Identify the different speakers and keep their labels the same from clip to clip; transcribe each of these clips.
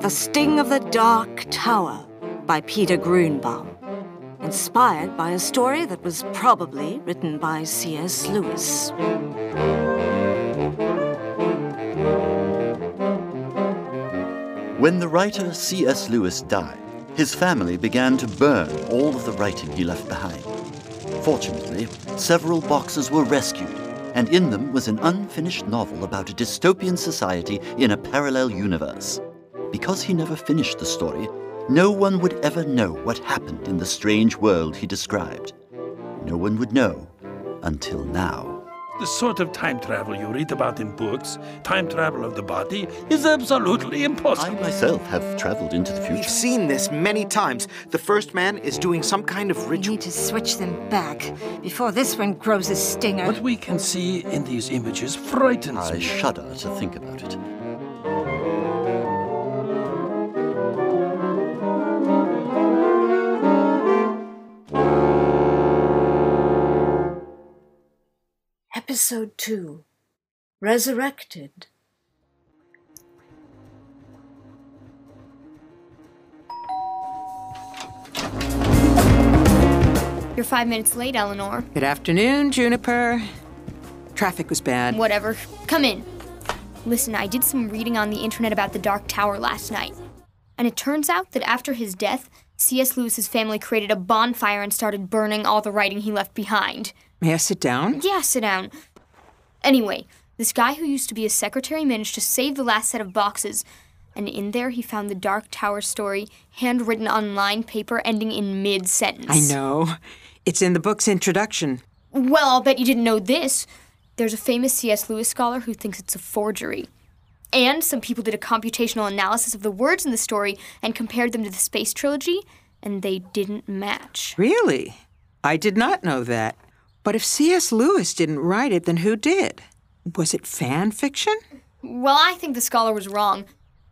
Speaker 1: The Sting of the Dark Tower by Peter Grunbaum, inspired by a story that was probably written by C.S. Lewis.
Speaker 2: When the writer C.S. Lewis died, his family began to burn all of the writing he left behind. Fortunately, several boxes were rescued, and in them was an unfinished novel about a dystopian society in a parallel universe. Because he never finished the story, no one would ever know what happened in the strange world he described. No one would know until now.
Speaker 3: The sort of time travel you read about in books, time travel of the body, is absolutely
Speaker 2: I
Speaker 3: impossible.
Speaker 2: myself have traveled into the
Speaker 4: We've
Speaker 2: future.
Speaker 4: seen this many times. The first man is doing some kind of
Speaker 5: We
Speaker 4: ritual.
Speaker 5: need to switch them back before this one grows a stinger.
Speaker 3: What we can see in these images frightens
Speaker 2: I
Speaker 3: me.
Speaker 2: shudder to think about it.
Speaker 1: Episode 2 Resurrected.
Speaker 6: You're five minutes late, Eleanor.
Speaker 7: Good afternoon, Juniper. Traffic was bad.
Speaker 6: Whatever. Come in. Listen, I did some reading on the internet about the Dark Tower last night. And it turns out that after his death, C.S. Lewis's family created a bonfire and started burning all the writing he left behind.
Speaker 7: May I sit down?
Speaker 6: Yeah, sit down. Anyway, this guy who used to be his secretary managed to save the last set of boxes, and in there he found the Dark Tower story handwritten on line paper ending in mid sentence.
Speaker 7: I know. It's in the book's introduction.
Speaker 6: Well, I'll bet you didn't know this. There's a famous C.S. Lewis scholar who thinks it's a forgery. And some people did a computational analysis of the words in the story and compared them to the Space Trilogy, and they didn't match.
Speaker 7: Really? I did not know that. But if C.S. Lewis didn't write it, then who did? Was it fan fiction?
Speaker 6: Well, I think the scholar was wrong.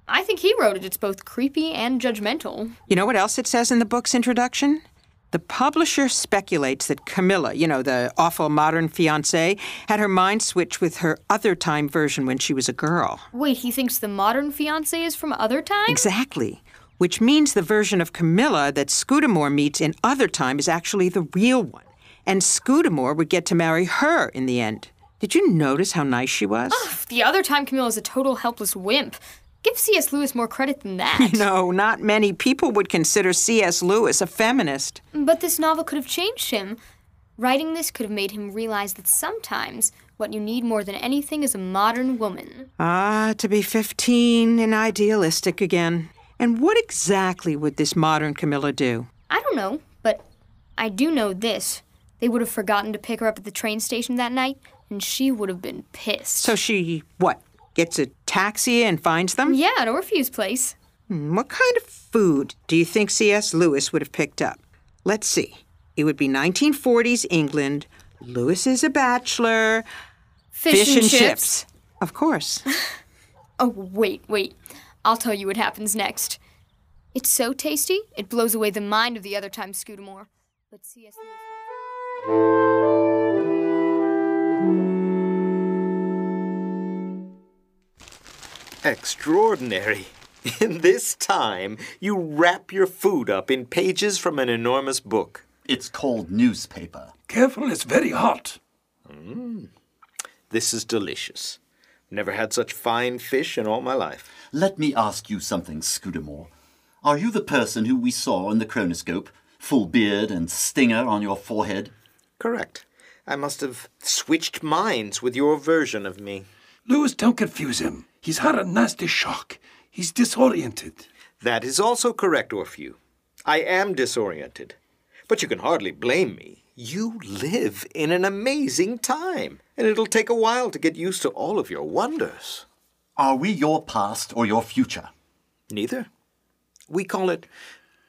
Speaker 6: I think he wrote it. It's both creepy and judgmental.
Speaker 7: You know what else it says in the book's introduction? The publisher speculates that Camilla, you know, the awful modern fiancée, had her mind switched with her other time version when she was a girl.
Speaker 6: Wait, he thinks the modern fiance is from other time?
Speaker 7: Exactly. Which means the version of Camilla that Scudamore meets in other time is actually the real one. And Scudamore would get to marry her in the end. Did you notice how nice she was?
Speaker 6: The other time Camille is a total helpless wimp. Give C.S. Lewis more credit than that.
Speaker 7: no, not many people would consider C.S. Lewis a feminist.
Speaker 6: But this novel could have changed him. Writing this could have made him realize that sometimes what you need more than anything is a modern woman.
Speaker 7: Ah, to be 15 and idealistic again. And what exactly would this modern Camilla do?
Speaker 6: I don't know, but I do know this. They would have forgotten to pick her up at the train station that night, and she would have been pissed.
Speaker 7: So she, what, gets a taxi and finds them?
Speaker 6: yeah, at Orpheus Place.
Speaker 7: Hmm, What kind of food do you think C.S. Lewis would have picked up? Let's see. It would be 1940s England. Lewis is a bachelor.
Speaker 6: Fish,
Speaker 7: Of course.
Speaker 6: Oh, wait, wait. I'll tell you what happens next. It's so tasty, it blows away the mind of the other time Scudamore. But C.S. Lewis.
Speaker 4: Extraordinary. In this time, you wrap your food up in pages from an enormous book.
Speaker 2: It's called newspaper.
Speaker 3: Careful, it's very hot.
Speaker 4: This is delicious. Never had such fine fish in all my life.
Speaker 2: Let me ask you something, Scudamore. Are you the person who we saw in the chronoscope, full beard and stinger on your forehead?
Speaker 4: Correct. I must have switched minds with your version of me.
Speaker 3: Lewis, don't confuse him. He's had a nasty shock. He's disoriented.
Speaker 4: That is also correct, Orphew. I am disoriented. But you can hardly blame me. You live in an amazing time, and it'll take a while to get used to all of your wonders.
Speaker 2: Are we your past or your future?
Speaker 4: Neither. We call it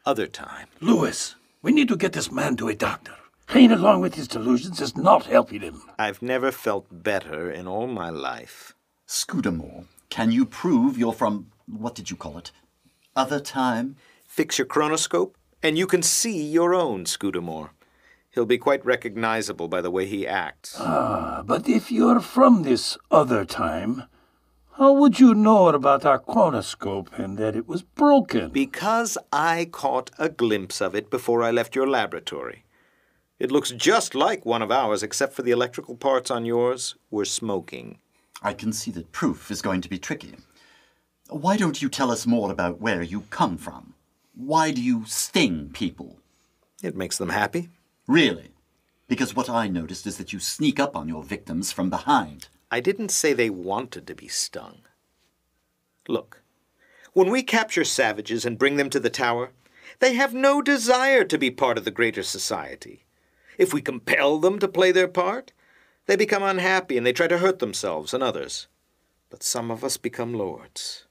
Speaker 4: other time.
Speaker 3: Lewis, we need to get this man to a doctor. Playing along with his delusions is not helping him.
Speaker 4: I've never felt better in all my life.
Speaker 2: Scudamore, can you prove you're from, what did you call it? Other time?
Speaker 4: Fix your chronoscope, and you can see your own Scudamore. He'll be quite recognizable by the way he acts.
Speaker 3: Ah, But if you're from this other time, How would you know about our cornoscope and that it was broken?
Speaker 4: Because I caught a glimpse of it before I left your laboratory. It looks just like one of ours, except for the electrical parts on yours were smoking.
Speaker 2: I can see that proof is going to be tricky. Why don't you tell us more about where you come from? Why do you sting people?
Speaker 4: It makes them happy.
Speaker 2: Really? Because what I noticed is that you sneak up on your victims from behind.
Speaker 4: I didn't say they wanted to be stung. Look, when we capture savages and bring them to the tower, they have no desire to be part of the greater society. If we compel them to play their part, they become unhappy and they try to hurt themselves and others. But some of us become lords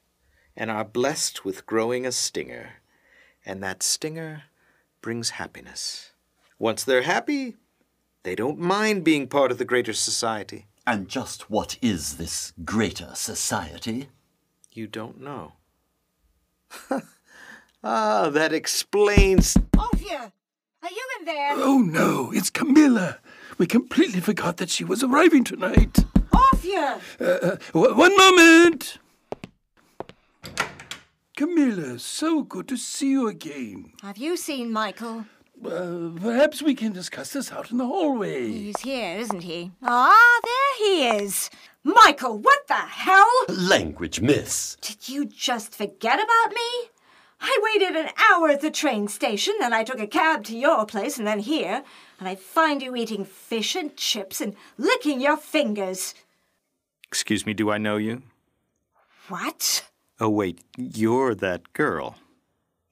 Speaker 4: and are blessed with growing a stinger, and that stinger brings happiness. Once they're happy, they don't mind being part of the greater society.
Speaker 2: And just what is this greater society?
Speaker 4: You don't know. ah, that explains.
Speaker 1: Off you! Are you in there?
Speaker 3: Oh no, it's Camilla. We completely forgot that she was arriving tonight.
Speaker 1: Off you!
Speaker 3: W- one moment! Camilla, so good to see you again.
Speaker 1: Have you seen Michael?
Speaker 3: Uh, perhaps we can discuss this out in the hallway.
Speaker 1: He's here, isn't he? Ah, there he is! Michael, what the hell?
Speaker 2: Language, miss.
Speaker 1: Did you just forget about me? I waited an hour at the train station, then I took a cab to your place and then here, and I find you eating fish and chips and licking your fingers.
Speaker 4: Excuse me, do I know you?
Speaker 1: What?
Speaker 4: Oh, wait, you're that girl.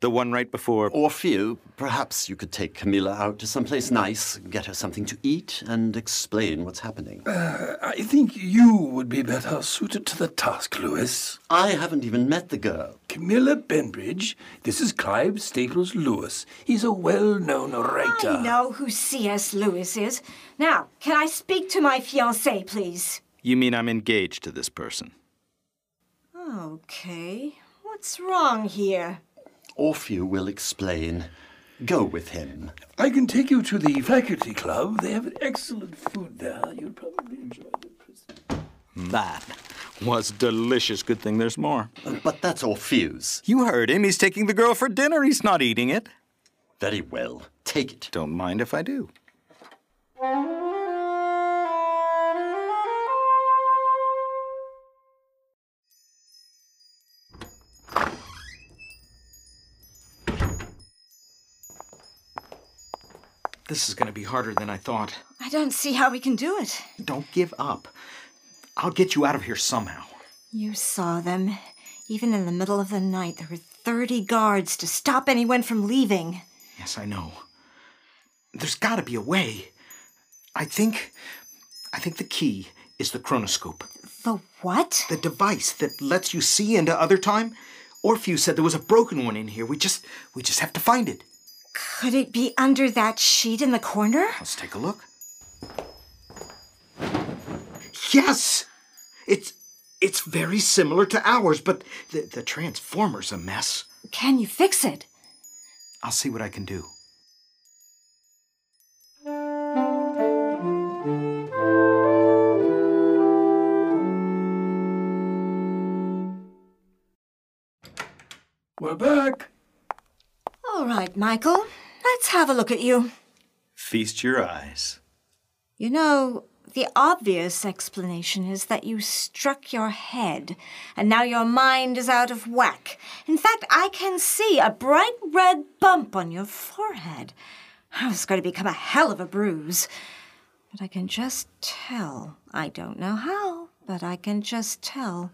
Speaker 4: The one right before.
Speaker 2: Orfeo, perhaps you could take Camilla out to someplace nice, get her something to eat, and explain what's happening.
Speaker 3: Uh, I think you would be better suited to the task, Lewis.
Speaker 2: I haven't even met the girl.
Speaker 3: Camilla Benbridge, this is Clive Staples Lewis. He's a well known orator.
Speaker 1: I know who C.S. Lewis is. Now, can I speak to my fiancé, please?
Speaker 4: You mean I'm engaged to this person?
Speaker 1: Okay. What's wrong here?
Speaker 2: Orfeo will explain. Go with him.
Speaker 3: I can take you to the faculty club. They have excellent food there. You'd probably enjoy it.
Speaker 4: Hmm. That was delicious. Good thing there's more.
Speaker 2: But that's Orfeo's.
Speaker 4: You heard him. He's taking the girl for dinner. He's not eating it.
Speaker 2: Very well. Take it.
Speaker 4: Don't mind if I do.
Speaker 8: This is going to be harder than I thought.
Speaker 1: I don't see how we can do it.
Speaker 8: Don't give up. I'll get you out of here somehow.
Speaker 1: You saw them. Even in the middle of the night, there were 30 guards to stop anyone from leaving.
Speaker 8: Yes, I know. There's got to be a way. I think. I think the key is the chronoscope.
Speaker 1: The what?
Speaker 8: The device that lets you see into other time. Orpheus said there was a broken one in here. We just. We just have to find it.
Speaker 1: Could it be under that sheet in the corner?
Speaker 8: Let's take a look. Yes! It's. It's very similar to ours, but the, the Transformer's a mess.
Speaker 1: Can you fix it?
Speaker 8: I'll see what I can do.
Speaker 3: We're back.
Speaker 1: All right, Michael. Let's have a look at you.
Speaker 4: Feast your eyes.
Speaker 1: You know, the obvious explanation is that you struck your head, and now your mind is out of whack. In fact, I can see a bright red bump on your forehead. Oh, it's going to become a hell of a bruise. But I can just tell. I don't know how, but I can just tell.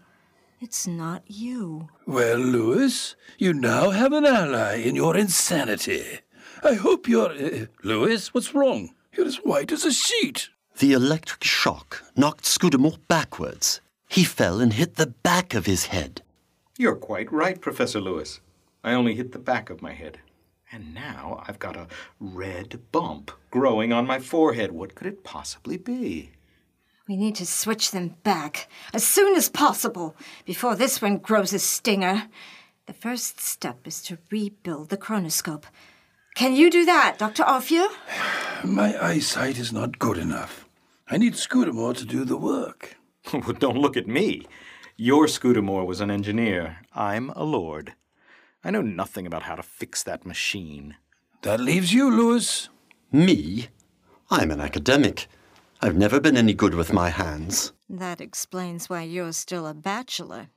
Speaker 1: It's not you.
Speaker 3: Well, Lewis, you now have an ally in your insanity. I hope you're. Uh, Lewis, what's wrong? You're as white as a sheet.
Speaker 2: The electric shock knocked Scudamore backwards. He fell and hit the back of his head.
Speaker 4: You're quite right, Professor Lewis. I only hit the back of my head. And now I've got a red bump growing on my forehead. What could it possibly be?
Speaker 1: We need to switch them back as soon as possible before this one grows a stinger. The first step is to rebuild the chronoscope. Can you do that, Dr. Orphew?
Speaker 3: My eyesight is not good enough. I need Scudamore to do the work.
Speaker 4: Well, Don't look at me. Your Scudamore was an engineer. I'm a lord. I know nothing about how to fix that machine.
Speaker 9: That leaves you, Lewis.
Speaker 2: Me? I'm an academic. I've never been any good with my hands.
Speaker 1: That explains why you're still a bachelor.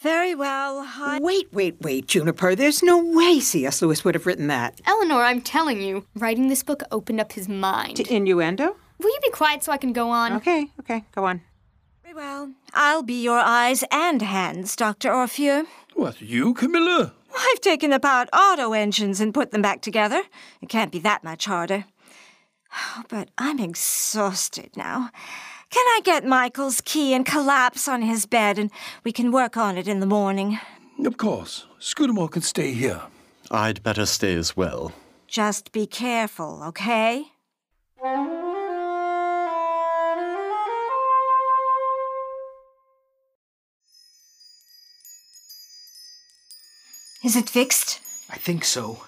Speaker 1: Very well, I.
Speaker 7: Wait, wait, wait, Juniper. There's no way C.S. Lewis would have written that.
Speaker 6: Eleanor, I'm telling you, writing this book opened up his mind.
Speaker 7: To innuendo?
Speaker 6: Will you be quiet so I can go on?
Speaker 7: Okay, okay, go on.
Speaker 1: Very well. I'll be your eyes and hands, Dr. Orphew.
Speaker 9: What, you, Camilla?
Speaker 1: I've taken apart auto engines and put them back together. It can't be that much harder. Oh, but I'm exhausted now. Can I get Michael's key and collapse on his bed and we can work on it in the morning?
Speaker 9: Of course. Scudamore can stay here.
Speaker 2: I'd better stay as well.
Speaker 1: Just be careful, okay? Is it fixed?
Speaker 4: I think so.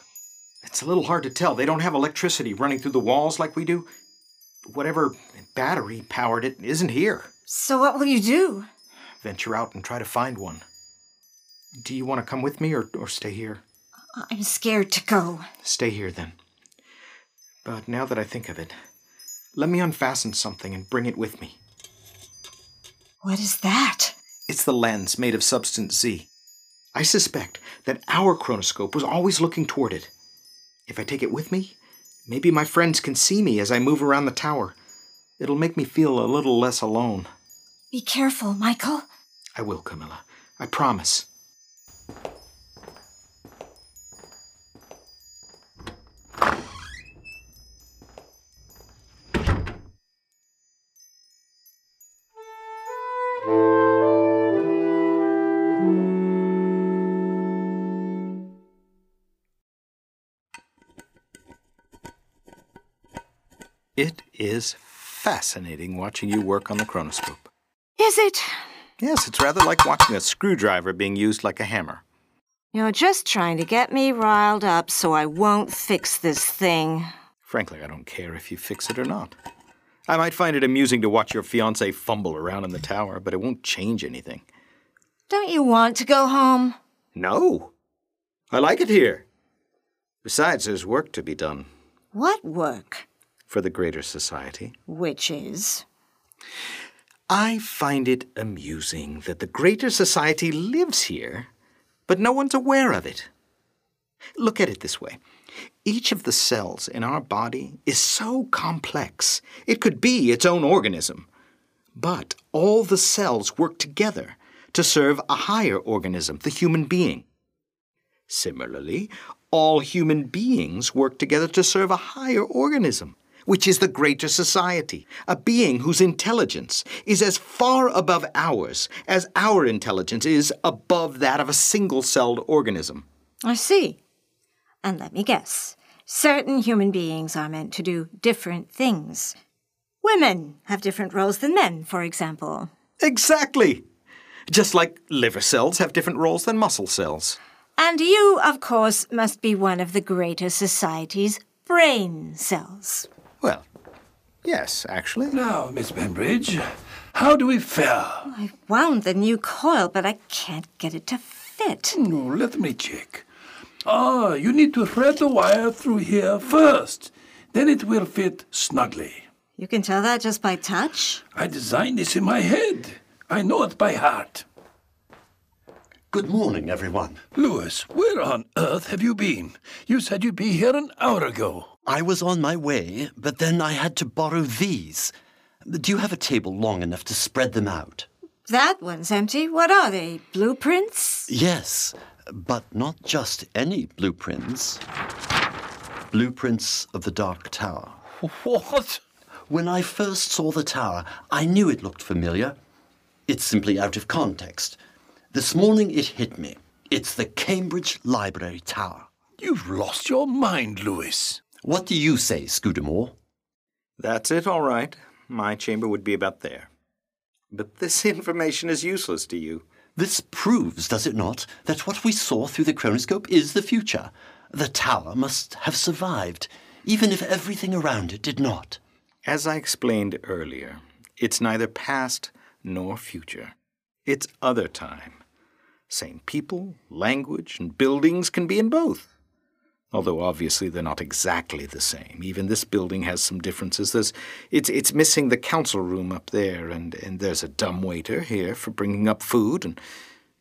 Speaker 4: It's a little hard to tell. They don't have electricity running through the walls like we do. Whatever battery powered it isn't here.
Speaker 1: So what will you do?
Speaker 4: Venture out and try to find one. Do you want to come with me or, or stay here?
Speaker 1: I'm scared to go.
Speaker 4: Stay here then. But now that I think of it, let me unfasten something and bring it with me.
Speaker 1: What is that?
Speaker 4: It's the lens made of substance Z. I suspect that our chronoscope was always looking toward it. If I take it with me, maybe my friends can see me as I move around the tower. It'll make me feel a little less alone.
Speaker 1: Be careful, Michael.
Speaker 4: I will, Camilla. I promise. It is fascinating watching you work on the chronoscope.
Speaker 1: Is it?
Speaker 4: Yes, it's rather like watching a screwdriver being used like a hammer.
Speaker 1: You're just trying to get me riled up so I won't fix this thing.
Speaker 4: Frankly, I don't care if you fix it or not. I might find it amusing to watch your fiance fumble around in the tower, but it won't change anything.
Speaker 1: Don't you want to go home?
Speaker 4: No. I like it here. Besides, there's work to be done
Speaker 1: What work?
Speaker 4: for the greater society.
Speaker 1: Which is?
Speaker 4: I find it amusing that the greater society lives here, but no one's aware of it. Look at it this way each of the cells in our body is so complex, it could be its own organism. But all the cells work together to serve a higher organism, the human being. Similarly, all human beings work together to serve a higher organism, which is the greater society, a being whose intelligence is as far above ours as our intelligence is above that of a single celled organism.
Speaker 1: I see. And let me guess. Certain human beings are meant to do different things. Women have different roles than men, for example.
Speaker 4: Exactly! Just like liver cells have different roles than muscle cells.
Speaker 1: And you, of course, must be one of the greater society's brain cells.
Speaker 4: Well, yes, actually.
Speaker 9: Now, Miss Benbridge, how do we fare?
Speaker 1: I wound the new coil, but I can't get it to fit.
Speaker 9: No, let me check. Ah, you need to thread the wire through here first. Then it will fit snugly.
Speaker 1: You can tell that just by touch.
Speaker 9: I designed this in my head. I know it by heart.
Speaker 2: Good morning, everyone.
Speaker 9: Lewis, where on earth have you been? You said you'd be here an hour ago.
Speaker 2: I was on my way, but then I had to borrow these. Do you have a table long enough to spread them out?
Speaker 1: That one's empty. What are they? Blueprints?
Speaker 2: Yes, but not just any blueprints. Blueprints of the Dark Tower.
Speaker 9: What?
Speaker 2: When I first saw the tower, I knew it looked familiar. It's simply out of context. This morning it hit me. It's the Cambridge Library Tower.
Speaker 9: You've lost your mind, Lewis.
Speaker 2: What do you say, Scudamore?
Speaker 4: That's it, all right. My chamber would be about there. But this information is useless to you.
Speaker 2: This proves, does it not, that what we saw through the chronoscope is the future. The tower must have survived, even if everything around it did not.
Speaker 4: As I explained earlier, it's neither past nor future. It's other time. Same people, language, and buildings can be in both. Although obviously they're not exactly the same. Even this building has some differences. There's, it's, it's missing the council room up there, and, and there's a dumb waiter here for bringing up food, and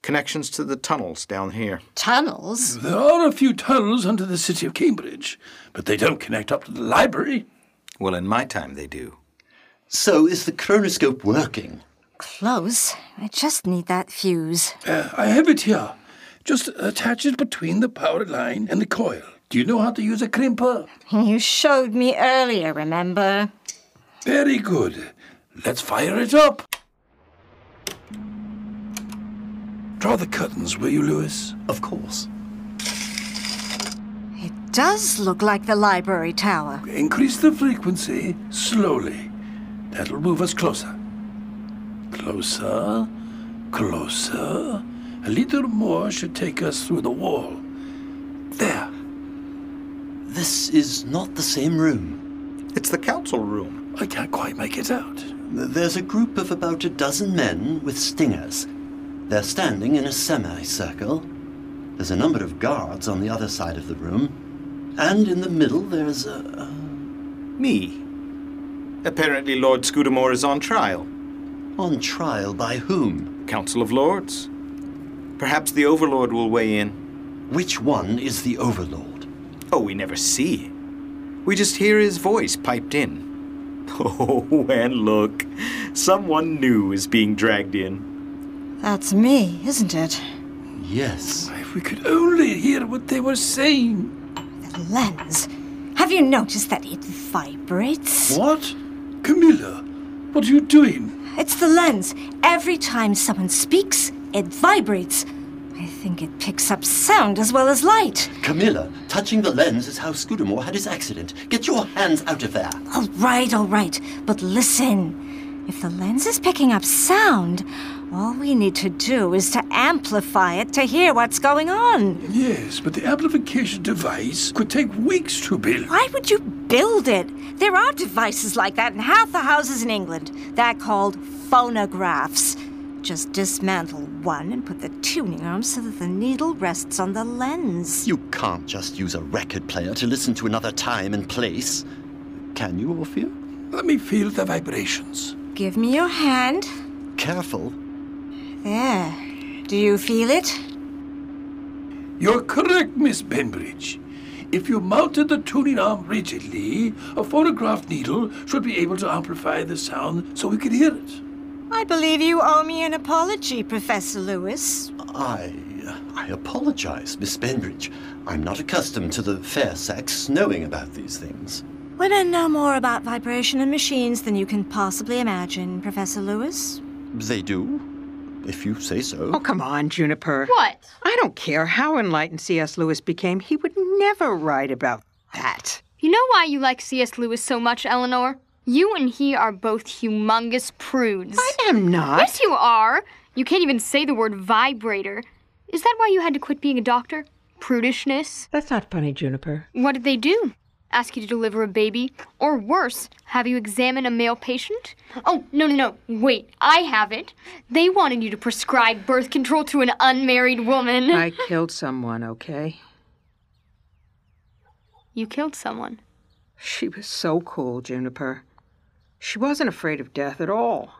Speaker 4: connections to the tunnels down here.
Speaker 1: Tunnels?
Speaker 3: There are a few tunnels under the city of Cambridge, but they don't connect up to the library.
Speaker 4: Well, in my time they do.
Speaker 2: So is the chronoscope working?
Speaker 1: Close. I just need that fuse.
Speaker 3: Uh, I have it here. Just attach it between the power line and the coil. Do you know how to use a crimper?
Speaker 1: You showed me earlier, remember?
Speaker 3: Very good. Let's fire it up. Draw the curtains, will you, Lewis?
Speaker 2: Of course.
Speaker 1: It does look like the library tower.
Speaker 3: Increase the frequency slowly. That'll move us closer. Closer, closer. A little more should take us through the wall. There.
Speaker 2: This is not the same room.
Speaker 4: It's the council room.
Speaker 3: I can't quite make it out.
Speaker 2: There's a group of about a dozen men with stingers. They're standing in a semicircle. There's a number of guards on the other side of the room. And in the middle, there's uh, a.
Speaker 4: Me. Apparently, Lord Scudamore is on trial.
Speaker 2: On trial by whom?
Speaker 4: Council of Lords. Perhaps the Overlord will weigh in.
Speaker 2: Which one is the overlord?
Speaker 4: Oh, we never see him. We just hear his voice piped in. Oh, and look. Someone new is being dragged in.
Speaker 1: That's me, isn't it?
Speaker 2: Yes.
Speaker 3: If we could only hear what they were saying.
Speaker 1: The lens. Have you noticed that it vibrates?
Speaker 3: What? Camilla, what are you doing?
Speaker 1: It's the lens. Every time someone speaks, it vibrates. I think it picks up sound as well as light.
Speaker 2: Camilla, touching the lens is how Scudamore had his accident. Get your hands out of there.
Speaker 1: All right, all right, but listen. If the lens is picking up sound, all we need to do is to amplify it to hear what's going on.
Speaker 3: Yes, but the amplification device could take weeks to build.
Speaker 1: Why would you build it? There are devices like that in half the houses in England. They're called phonographs. Just dismantle one and put the tuning arm so that the needle rests on the lens.
Speaker 2: You can't just use a record player to listen to another time and place. Can you, Orpheus?
Speaker 3: Let me feel the vibrations.
Speaker 1: Give me your hand.
Speaker 2: Careful.
Speaker 1: There. Do you feel it?
Speaker 3: You're correct, Miss Benbridge. If you mounted the tuning arm rigidly, a phonograph needle should be able to amplify the sound so we could hear it.
Speaker 1: I believe you owe me an apology, Professor Lewis.
Speaker 2: I. I apologize, Miss Benbridge. I'm not accustomed to the fair sex knowing about these things.
Speaker 1: Women know more about vibration and machines than you can possibly imagine, Professor Lewis.
Speaker 2: They do, if you say so.
Speaker 7: Oh, come on, Juniper.
Speaker 6: What?
Speaker 7: I don't care how enlightened C.S. Lewis became, he would never write about that.
Speaker 6: You know why you like C.S. Lewis so much, Eleanor? You and he are both humongous prudes.
Speaker 7: I am not.
Speaker 6: Yes, you are. You can't even say the word vibrator. Is that why you had to quit being a doctor? Prudishness?
Speaker 10: That's not funny, Juniper.
Speaker 6: What did they do? Ask you to deliver a baby? Or worse, have you examine a male patient? Oh, no, no, no. Wait, I have it. They wanted you to prescribe birth control to an unmarried woman.
Speaker 7: I killed someone, okay?
Speaker 6: You killed someone.
Speaker 7: She was so cool, Juniper. She wasn't afraid of death at all.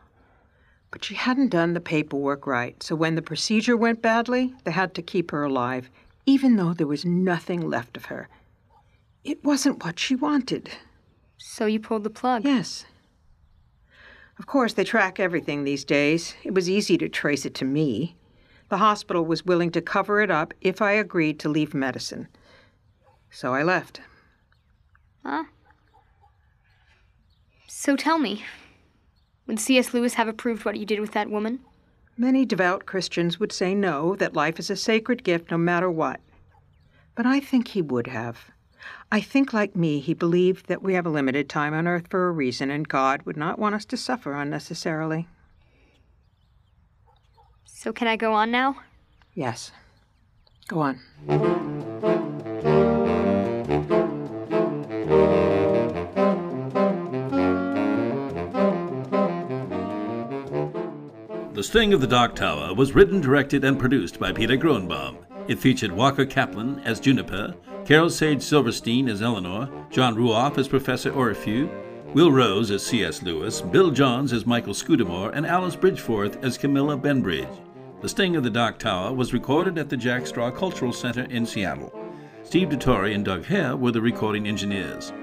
Speaker 7: But she hadn't done the paperwork right, so when the procedure went badly, they had to keep her alive, even though there was nothing left of her. It wasn't what she wanted.
Speaker 6: So you pulled the plug.
Speaker 7: Yes. Of course, they track everything these days. It was easy to trace it to me. The hospital was willing to cover it up if I agreed to leave medicine. So I left.
Speaker 6: Huh? So tell me, would C.S. Lewis have approved what you did with that woman?
Speaker 7: Many devout Christians would say no, that life is a sacred gift no matter what. But I think he would have. I think, like me, he believed that we have a limited time on earth for a reason, and God would not want us to suffer unnecessarily.
Speaker 6: So can I go on now?
Speaker 7: Yes. Go on.
Speaker 3: The The Sting of the Dark Tower was written, directed, and produced by Peter Grunbaum. It featured Walker Kaplan as Juniper, Carol Sage Silverstein as Eleanor, John Ruoff as Professor Orifew, Will Rose as C.S. Lewis, Bill Johns as Michael Scudamore, and Alice Bridgeforth as Camilla Benbridge. The Sting of the Dark Tower was recorded at the Jack Straw Cultural Center in Seattle. Steve DeTore and Doug Hare were the recording engineers.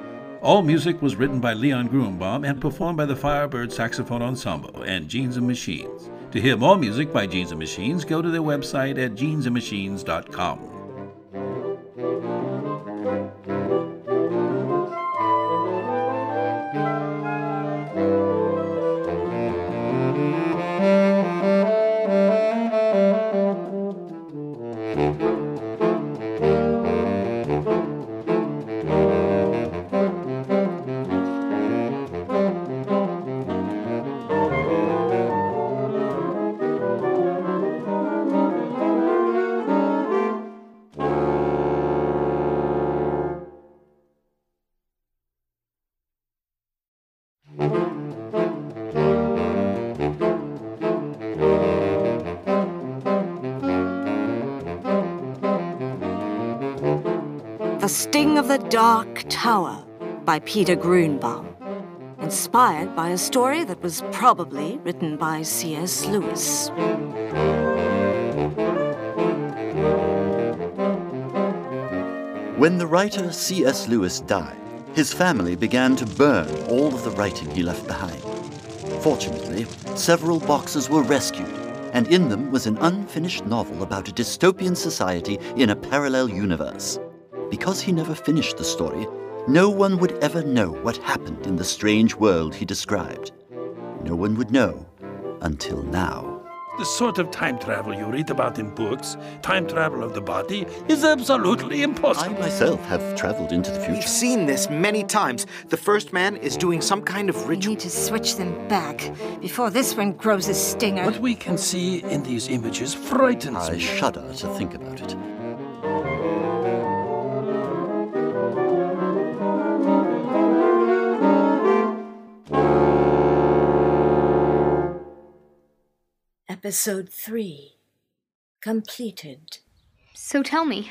Speaker 3: All music was written by Leon Grunbaum and performed by the Firebird Saxophone Ensemble and Jeans and Machines. To hear more music by Jeans and Machines, go to their website at jeansandmachines.com.
Speaker 11: The Sting of the Dark Tower by Peter Grunbaum. Inspired by a story that was probably written by C.S. Lewis.
Speaker 2: When the writer C.S. Lewis died, his family began to burn all of the writing he left behind. Fortunately, several boxes were rescued, and in them was an unfinished novel about a dystopian society in a parallel universe. Because he never finished the story, no one would ever know what happened in the strange world he described. No one would know until now.
Speaker 9: The sort of time travel you read about in books, time travel of the body, is absolutely
Speaker 2: I
Speaker 9: impossible.
Speaker 2: myself have traveled into the
Speaker 12: We've
Speaker 2: future.
Speaker 12: seen this many times. The first man is doing some kind of
Speaker 1: We
Speaker 12: ritual.
Speaker 1: need to switch them back before this one grows a stinger.
Speaker 9: What we can see in these images frightens
Speaker 2: I
Speaker 9: me.
Speaker 2: shudder to think about it.
Speaker 1: Episode 3 Completed.
Speaker 6: So tell me,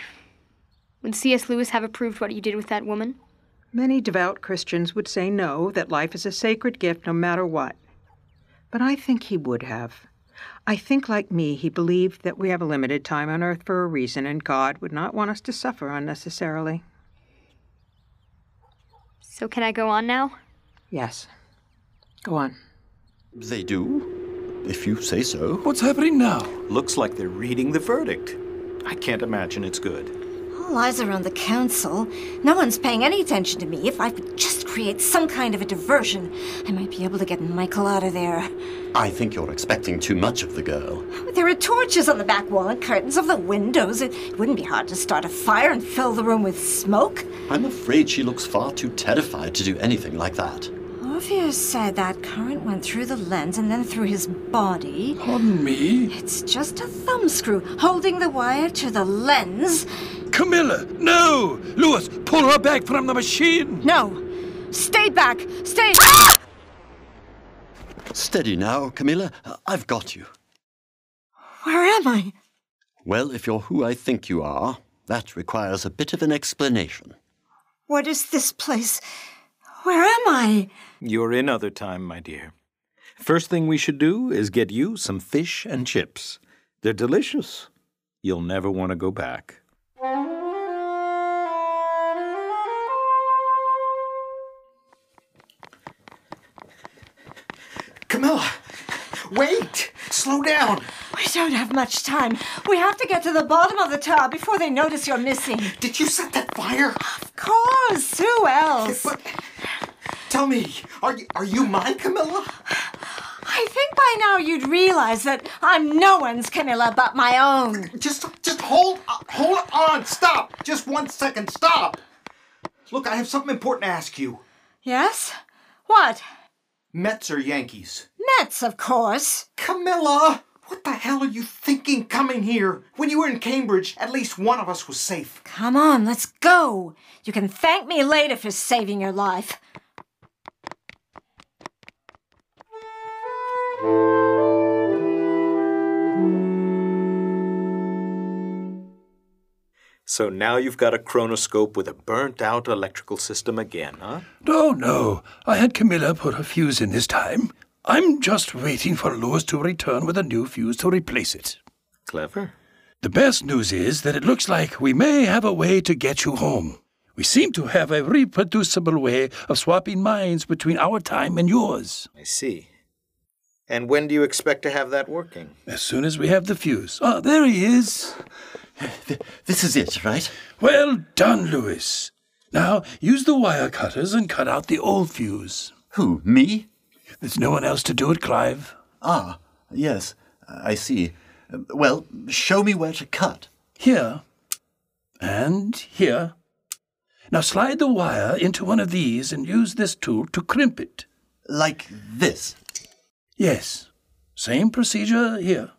Speaker 6: would C.S. Lewis have approved what you did with that woman?
Speaker 7: Many devout Christians would say no, that life is a sacred gift no matter what. But I think he would have. I think, like me, he believed that we have a limited time on earth for a reason, and God would not want us to suffer unnecessarily.
Speaker 6: So can I go on now?
Speaker 7: Yes. Go on.
Speaker 2: They do, if you say so.
Speaker 9: What's happening now?
Speaker 12: Looks like they're reading the verdict. I can't imagine it's good.
Speaker 1: All eyes are on the council. No one's paying any attention to me. If I could just create some kind of a diversion, I might be able to get Michael out of there.
Speaker 2: I think you're expecting too much of the girl.
Speaker 1: There are torches on the back wall and curtains of the windows. It wouldn't be hard to start a fire and fill the room with smoke.
Speaker 2: I'm afraid she looks far too terrified to do anything like that.
Speaker 1: Orpheus said that current went through the lens and then through his body.
Speaker 9: Pardon me?
Speaker 1: It's just a thumbscrew holding the wire to the lens.
Speaker 9: Camilla, no! Lewis, pull her back from the machine!
Speaker 1: No! Stay back! Stay!
Speaker 2: Steady now, Camilla. I've got you.
Speaker 1: Where am I?
Speaker 2: Well, if you're who I think you are, that requires a bit of an explanation.
Speaker 1: What is this place? Where am I?
Speaker 12: You're in other time, my dear. First thing we should do is get you some fish and chips. They're delicious. You'll never want to go back.
Speaker 4: Camilla! Wait! Slow down!
Speaker 1: We don't have much time. We have to get to the bottom of the tower before they notice you're missing.
Speaker 4: Did you set that fire?
Speaker 1: Of course! Who else?
Speaker 4: But tell me, are you, are you my Camilla?
Speaker 1: I think by now you'd realize that I'm no one's Camilla but my own.
Speaker 4: Just just hold uh, hold on. Stop. Just one second. Stop. Look, I have something important to ask you.
Speaker 1: Yes? What?
Speaker 4: Mets or Yankees?
Speaker 1: Mets, of course.
Speaker 4: Camilla, what the hell are you thinking coming here? When you were in Cambridge, at least one of us was safe.
Speaker 1: Come on, let's go. You can thank me later for saving your life.
Speaker 12: So now you've got a chronoscope with a burnt out electrical system again, huh?
Speaker 9: No, no. I had Camilla put a fuse in this time. I'm just waiting for Lewis to return with a new fuse to replace it.
Speaker 12: Clever.
Speaker 9: The best news is that it looks like we may have a way to get you home. We seem to have a reproducible way of swapping minds between our time and yours.
Speaker 12: I see. And when do you expect to have that working?
Speaker 9: As soon as we have the fuse. Ah, there he is.
Speaker 2: Th- this is it, right?
Speaker 9: Well done, Lewis. Now use the wire cutters and cut out the old fuse.
Speaker 2: Who, me?
Speaker 9: There's no one else to do it, Clive.
Speaker 2: Ah, yes, I see. Uh, Well, show me where to cut.
Speaker 9: Here. And here. Now slide the wire into one of these and use this tool to crimp it.
Speaker 2: Like this.
Speaker 9: Yes. Same procedure here.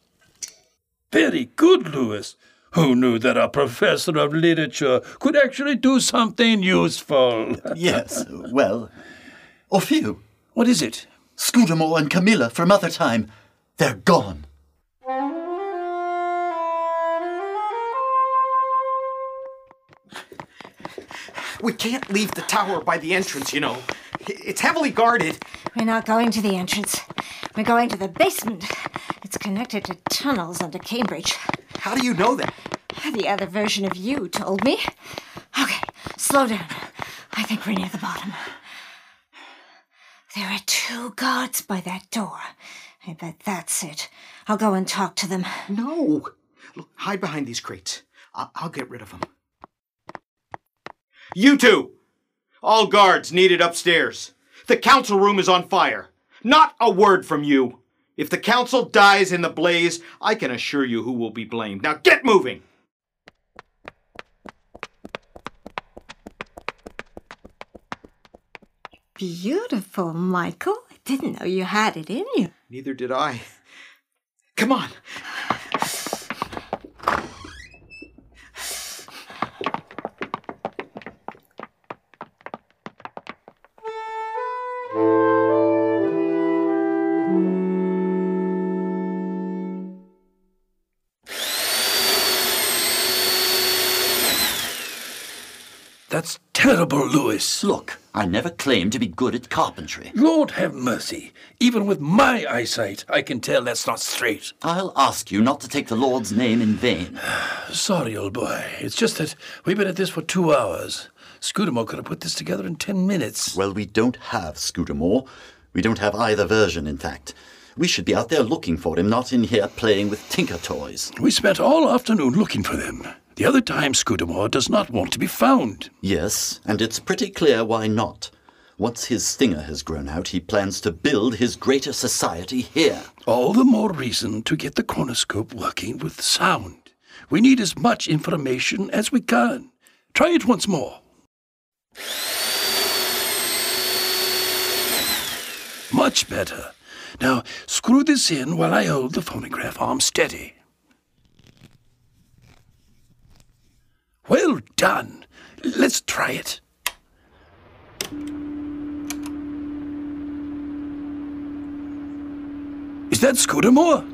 Speaker 9: Very good, Lewis. Who knew that a professor of literature could actually do something useful?
Speaker 2: Yes, well. Or phew.
Speaker 9: What is it?
Speaker 2: Scudamore and Camilla from other time. They're gone.
Speaker 4: We can't leave the tower by the entrance, you know. It's heavily guarded.
Speaker 1: We're not going to the entrance. We're going to the basement. It's connected to tunnels under Cambridge.
Speaker 4: How do you know that?
Speaker 1: The other version of you told me. Okay, slow down. I think we're near the bottom. There are two guards by that door. I bet that's it. I'll go and talk to them.
Speaker 4: No. Look, hide behind these crates. I- I'll get rid of them. You two! All guards needed upstairs. The council room is on fire. Not a word from you. If the council dies in the blaze, I can assure you who will be blamed. Now get moving!
Speaker 1: Beautiful, Michael. I didn't know you had it in you.
Speaker 4: Neither did I. Come on.
Speaker 9: That's terrible, Lewis.
Speaker 2: Look, I never claimed to be good at carpentry.
Speaker 9: Lord have mercy. Even with my eyesight, I can tell that's not straight.
Speaker 2: I'll ask you not to take the Lord's name in vain.
Speaker 9: Sorry, old boy. It's just that we've been at this for two hours. Scudamore could have put this together in ten minutes.
Speaker 2: Well, we don't have Scudamore. We don't have either version, in fact. We should be out there looking for him, not in here playing with tinker toys.
Speaker 9: We spent all afternoon looking for them. The other time, Scudamore does not want to be found.
Speaker 2: Yes, and it's pretty clear why not. Once his stinger has grown out, he plans to build his greater society here.
Speaker 9: All the more reason to get the chronoscope working with sound. We need as much information as we can. Try it once more. Much better. Now, screw this in while I hold the phonograph arm steady. Well done. Let's try it. Is that Scudamore?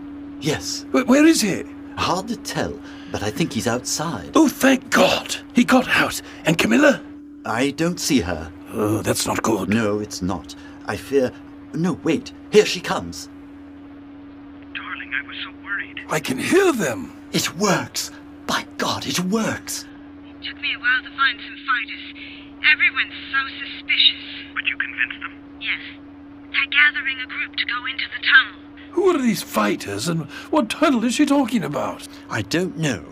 Speaker 2: Yes,
Speaker 9: Wh- Where is he?
Speaker 2: hard to tell, but I think he's outside.
Speaker 9: Oh, thank God. He got out. And Camilla?
Speaker 2: I don't see her.
Speaker 9: Oh, that's not good.
Speaker 2: No, it's not. I fear. No, wait. Here she comes.
Speaker 13: Darling, I was so worried.
Speaker 9: I can hear them.
Speaker 2: It works. By God, it works.
Speaker 13: It took me a while to find some fighters. Everyone's so suspicious. But you convinced them? Yes. They're gathering a group to go into the tunnel.
Speaker 9: Who are these fighters and what tunnel is she talking about?
Speaker 2: I don't know,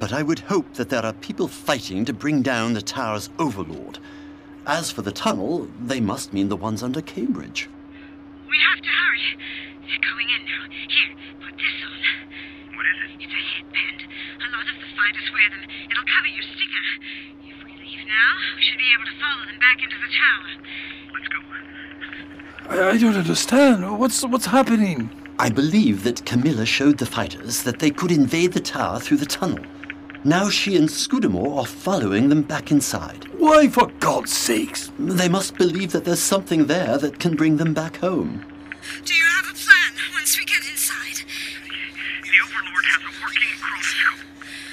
Speaker 2: but I would hope that there are people fighting to bring down the tower's overlord. As for the tunnel, they must mean the ones under Cambridge.
Speaker 13: We have to hurry. They're going in now. Here, put this on. What is it? It's a headband. A lot of the fighters wear them. It'll cover your stinger. If we leave now, we should be able to follow them back into the tower. Let's go.
Speaker 9: I, I don't understand. What's what's happening?
Speaker 2: I believe that Camilla showed the fighters that they could invade the tower through the tunnel. Now she and Scudamore are following them back inside.
Speaker 9: Why, for God's sakes?
Speaker 2: They must believe that there's something there that can bring them back home.
Speaker 13: Do you have a plan once we get inside? The Overlord has a working chronoscope.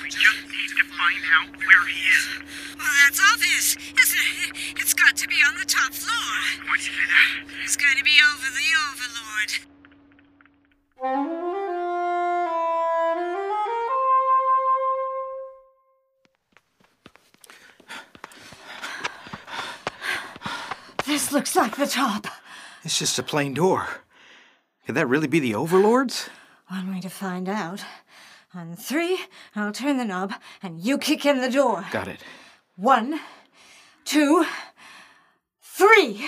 Speaker 13: We just need to find. find out where he is.
Speaker 14: Well, that's obvious, isn't it? It's got to be on the top floor.
Speaker 13: What's that?
Speaker 14: It's going to be over the Overlord.
Speaker 1: This looks like the top.
Speaker 4: It's just a plain door. Could that really be the Overlord's?
Speaker 1: One way to find out. On three, I'll turn the knob and you kick in the door.
Speaker 4: Got it.
Speaker 1: One, two, three.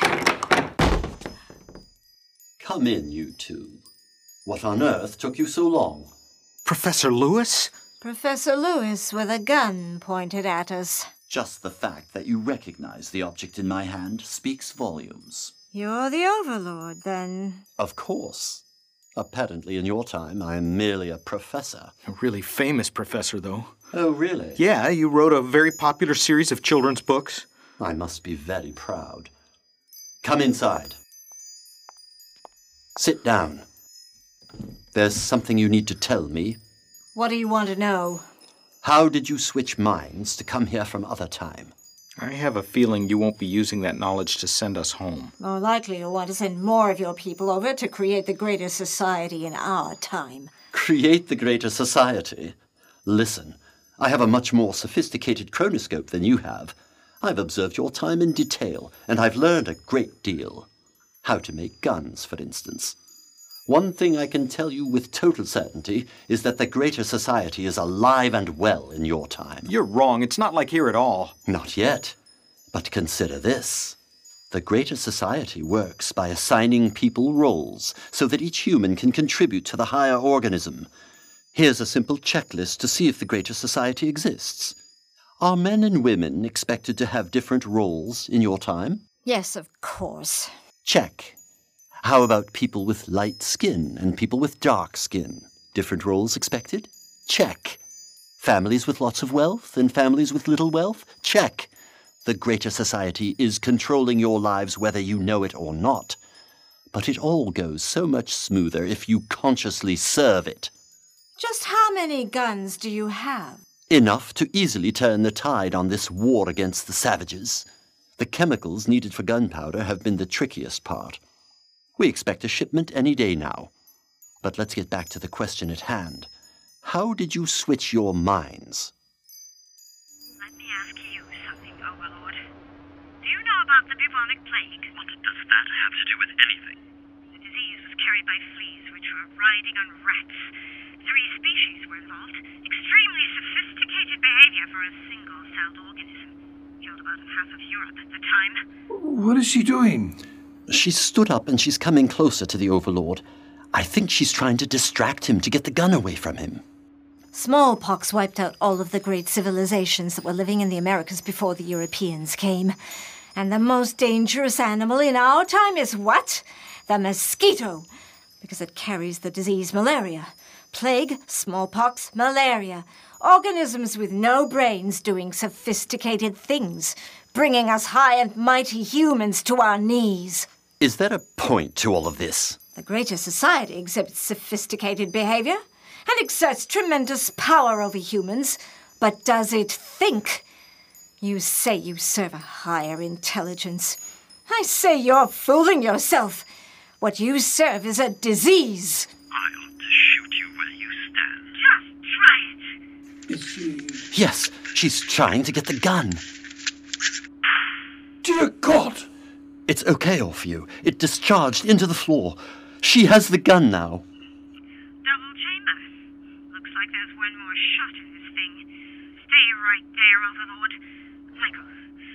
Speaker 2: Come in, you two. What on earth took you so long?
Speaker 4: Professor Lewis?
Speaker 1: Professor Lewis with a gun pointed at us.
Speaker 2: Just the fact that you recognize the object in my hand speaks volumes.
Speaker 1: You're the Overlord, then.
Speaker 2: Of course. Apparently, in your time, I am merely a professor.
Speaker 4: A really famous professor, though.
Speaker 2: Oh, really?
Speaker 4: Yeah, you wrote a very popular series of children's books.
Speaker 2: I must be very proud. Come inside. Sit down. There's something you need to tell me.
Speaker 1: What do you want to know?
Speaker 2: How did you switch minds to come here from other time?
Speaker 4: I have a feeling you won't be using that knowledge to send us home.
Speaker 1: More likely, you'll want to send more of your people over to create the greater society in our time.
Speaker 2: Create the greater society? Listen, I have a much more sophisticated chronoscope than you have. I've observed your time in detail, and I've learned a great deal. How to make guns, for instance. One thing I can tell you with total certainty is that the greater society is alive and well in your time.
Speaker 4: You're wrong. It's not like here at all.
Speaker 2: Not yet. But consider this. The greater society works by assigning people roles so that each human can contribute to the higher organism. Here's a simple checklist to see if the greater society exists. Are men and women expected to have different roles in your time?
Speaker 1: Yes, of course.
Speaker 2: Check. How about people with light skin and people with dark skin? Different roles expected? Check. Families with lots of wealth and families with little wealth? Check. The greater society is controlling your lives whether you know it or not. But it all goes so much smoother if you consciously serve it.
Speaker 1: Just how many guns do you have?
Speaker 2: Enough to easily turn the tide on this war against the savages. The chemicals needed for gunpowder have been the trickiest part. We expect a shipment any day now. But let's get back to the question at hand. How did you switch your minds?
Speaker 13: Let me ask you something, Overlord. Do you know about the bubonic plague?
Speaker 15: What does that have to do with anything?
Speaker 13: The disease was carried by fleas, which were riding on rats. Three species were involved. Extremely sophisticated behavior for a single celled organism. Killed about half of Europe at the time.
Speaker 9: What is she doing?
Speaker 2: She's stood up and she's coming closer to the Overlord. I think she's trying to distract him to get the gun away from him.
Speaker 1: Smallpox wiped out all of the great civilizations that were living in the Americas before the Europeans came. And the most dangerous animal in our time is what? The mosquito, because it carries the disease malaria. Plague, smallpox, malaria. Organisms with no brains doing sophisticated things, bringing us high and mighty humans to our knees.
Speaker 2: Is there a point to all of this?
Speaker 1: The greater society exhibits sophisticated behavior and exerts tremendous power over humans, but does it think? You say you serve a higher intelligence. I say you're fooling yourself. What you serve is a disease.
Speaker 15: I'll shoot you where you stand.
Speaker 13: Just try it.
Speaker 9: Is she.
Speaker 2: Yes, she's trying to get the gun.
Speaker 9: Dear God!
Speaker 2: It's okay, Orphew. It discharged into the floor. She has the gun now.
Speaker 13: Double chamber. Looks like there's one more shot in this thing. Stay right there, Overlord. Michael,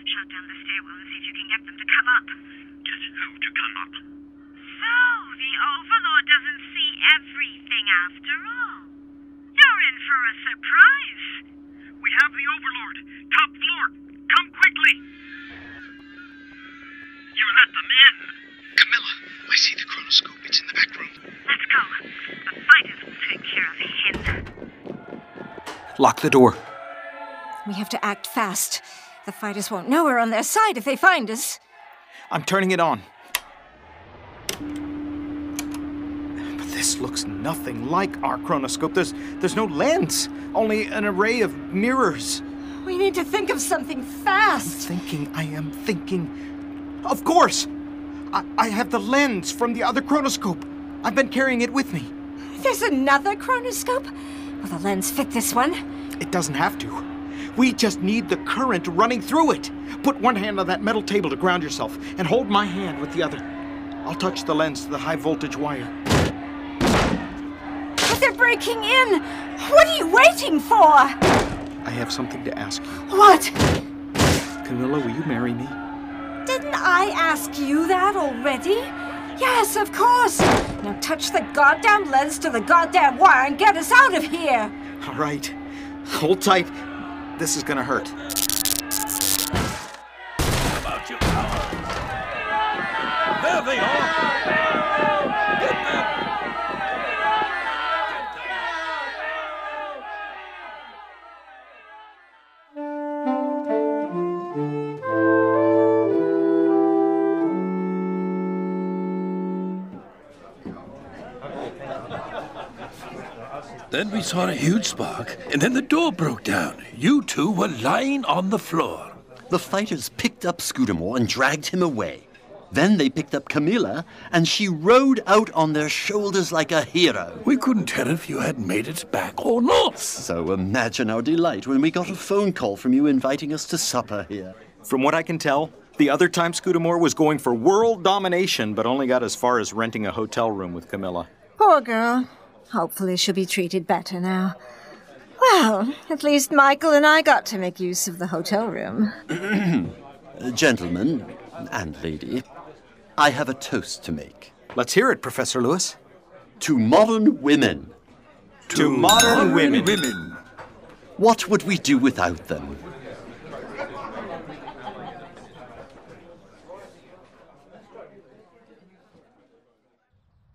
Speaker 13: shout down the stairwell and see if you can get them to come up.
Speaker 15: Get who to come up?
Speaker 13: So, the Overlord doesn't see everything after all. You're in for a surprise.
Speaker 15: We have the Overlord. Top floor. Come quickly. You let them in.
Speaker 16: Camilla, I see the chronoscope. It's in the back room.
Speaker 13: Let's go. The fighters will take care of him.
Speaker 4: Lock the door.
Speaker 1: We have to act fast. The fighters won't know we're on their side if they find us.
Speaker 4: I'm turning it on. But this looks nothing like our chronoscope. There's there's no lens, only an array of mirrors.
Speaker 1: We need to think of something fast.
Speaker 4: Thinking, I am thinking. Of course! I, I have the lens from the other chronoscope. I've been carrying it with me.
Speaker 1: There's another chronoscope? Will the lens fit this one?
Speaker 4: It doesn't have to. We just need the current running through it. Put one hand on that metal table to ground yourself, and hold my hand with the other. I'll touch the lens to the high voltage wire.
Speaker 1: But they're breaking in. What are you waiting for?
Speaker 4: I have something to ask you.
Speaker 1: What?
Speaker 4: Camilla, will you marry me?
Speaker 1: Didn't I ask you that already? Yes, of course. Now touch the goddamn lens to the goddamn wire and get us out of here.
Speaker 4: All right. Hold tight. This is gonna hurt.
Speaker 3: About your power. There they are. Get them.
Speaker 9: Then we saw a huge spark, and then the door broke down. You two were lying on the floor.
Speaker 2: The fighters picked up Scudamore and dragged him away. Then they picked up Camilla, and she rode out on their shoulders like a hero.
Speaker 9: We couldn't tell if you had made it back or not.
Speaker 2: So imagine our delight when we got a phone call from you inviting us to supper here.
Speaker 4: From what I can tell, the other time Scudamore was going for world domination, but only got as far as renting a hotel room with Camilla.
Speaker 1: Poor girl. Hopefully she'll be treated better now. Well, at least Michael and I got to make use of the hotel room.
Speaker 2: Uh, Gentlemen and lady, I have a toast to make.
Speaker 4: Let's hear it, Professor Lewis.
Speaker 2: To modern women.
Speaker 4: To, modern, women.
Speaker 2: What would we do without them?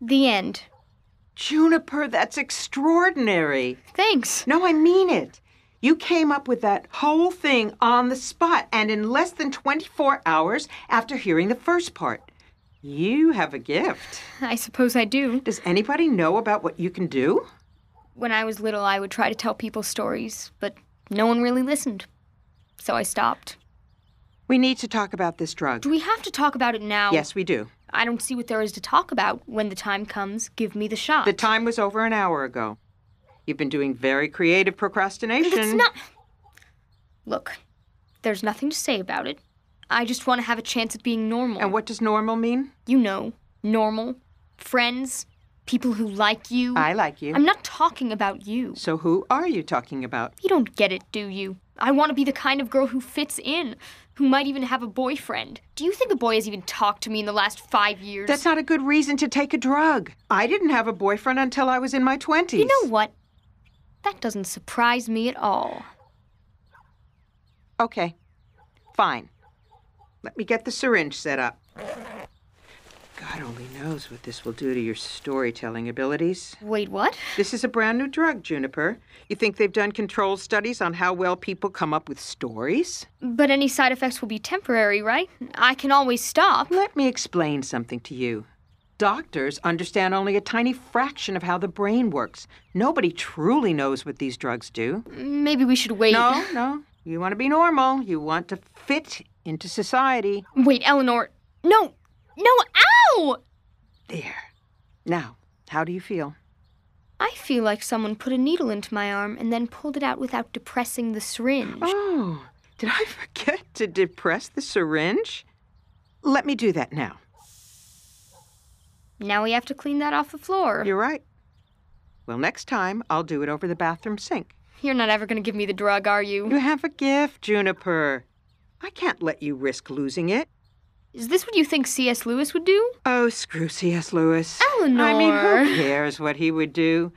Speaker 6: The end.
Speaker 7: Juniper, that's extraordinary.
Speaker 6: Thanks.
Speaker 7: No, I mean it. You came up with that whole thing on the spot and in less than 24 hours after hearing the first part. You have a gift.
Speaker 6: I suppose I do.
Speaker 7: Does anybody know about what you can do?
Speaker 6: When I was little, I would try to tell people stories, but no one really listened. So I stopped.
Speaker 7: We need to talk about this drug.
Speaker 6: Do we have to talk about it now?
Speaker 7: Yes, we do.
Speaker 6: I don't see what there is to talk about. When the time comes, give me the shot.
Speaker 7: The time was over an hour ago. You've been doing very creative procrastination.
Speaker 6: It's not. Look, there's nothing to say about it. I just want to have a chance at being normal.
Speaker 7: And what does normal mean?
Speaker 6: You know, normal. Friends, people who like you.
Speaker 7: I like you.
Speaker 6: I'm not talking about you.
Speaker 7: So who are you talking about?
Speaker 6: You don't get it, do you? I want to be the kind of girl who fits in, who might even have a boyfriend. Do you think a boy has even talked to me in the last five years?
Speaker 7: That's not a good reason to take a drug. I didn't have a boyfriend until I was in my 20s.
Speaker 6: You know what? That doesn't surprise me at all.
Speaker 7: Okay. Fine. Let me get the syringe set up. God only knows what this will do to your storytelling abilities.
Speaker 6: Wait, what?
Speaker 7: This is a brand new drug, Juniper. You think they've done control studies on how well people come up with stories?
Speaker 6: But any side effects will be temporary, right? I can always stop.
Speaker 7: Let me explain something to you. Doctors understand only a tiny fraction of how the brain works. Nobody truly knows what these drugs do.
Speaker 6: Maybe we should wait.
Speaker 7: No, no. You want to be normal. You want to fit into society.
Speaker 6: Wait, Eleanor. No, no, ow!
Speaker 7: There. Now, how do you feel?
Speaker 6: I feel like someone put a needle into my arm and then pulled it out without depressing the syringe.
Speaker 7: Oh, did I forget to depress the syringe? Let me do that now.
Speaker 6: Now we have to clean that off the floor.
Speaker 7: You're right. Well, next time I'll do it over the bathroom sink.
Speaker 6: You're not ever going to give me the drug, are you?
Speaker 7: You have a gift, Juniper. I can't let you risk losing it.
Speaker 6: Is this what you think C.S. Lewis would do?
Speaker 7: Oh, screw C.S. Lewis.
Speaker 6: Eleanor.
Speaker 7: I mean, who cares what he would do?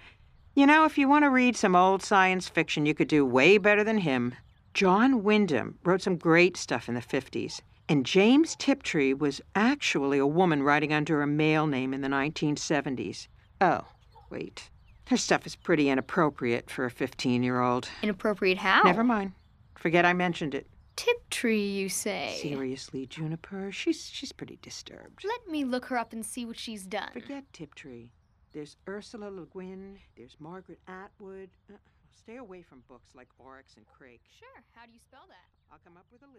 Speaker 7: You know, if you want to read some old science fiction, you could do way better than him. John Wyndham wrote some great stuff in the 50s, and James Tiptree was actually a woman writing under a male name in the 1970s. Oh, wait. Her stuff is pretty inappropriate for a 15 year old.
Speaker 6: Inappropriate how?
Speaker 7: Never mind. Forget I mentioned it.
Speaker 6: Tiptree, you say?
Speaker 7: Seriously, Juniper, she's, she's pretty disturbed.
Speaker 6: Let me look her up and see what she's done.
Speaker 7: Forget Tiptree. There's Ursula Le Guin. There's Margaret Atwood. Uh, Stay away from books like Oryx and Crake.
Speaker 6: Sure. How do you spell that?
Speaker 7: I'll come up with a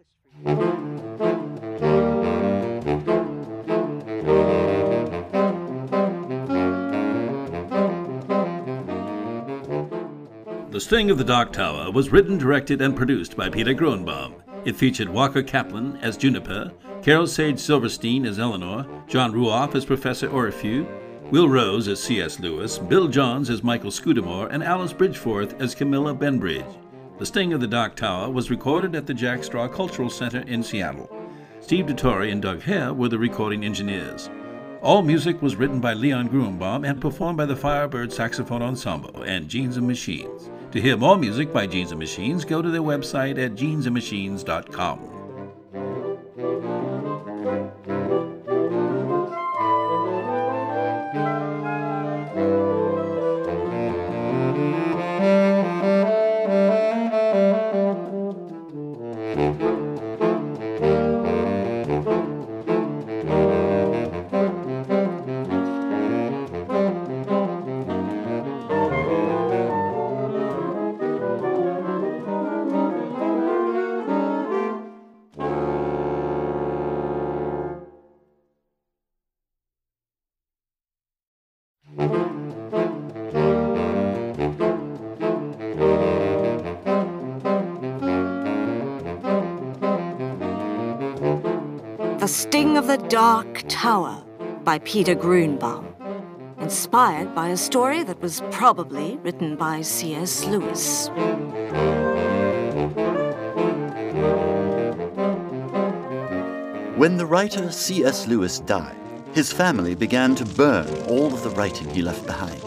Speaker 7: list for
Speaker 3: The Sting of the Dark Tower was written, directed, and produced by Peter Groenbaum. It featured Walker Kaplan as Juniper, Carol Sage Silverstein as Eleanor, John Ruoff as Professor Orphew, Will Rose as C.S. Lewis, Bill Johns as Michael Scudamore, and Alice Bridgeforth as Camilla Benbridge. The Sting of the Dark Tower was recorded at the Jack Straw Cultural Center in Seattle. Steve DeTore and Doug Hare were the recording engineers. All music was written by Leon Gruenbaum and performed by the Firebird Saxophone Ensemble and Jeans and Machines. To hear more music by Jeans and Machines, go to their website at jeansandmachines.com.
Speaker 11: The Sting of the Dark Tower by Peter Grunbaum, inspired by a story that was probably written by C.S. Lewis.
Speaker 2: When the writer C.S. Lewis died, his family began to burn all of the writing he left behind.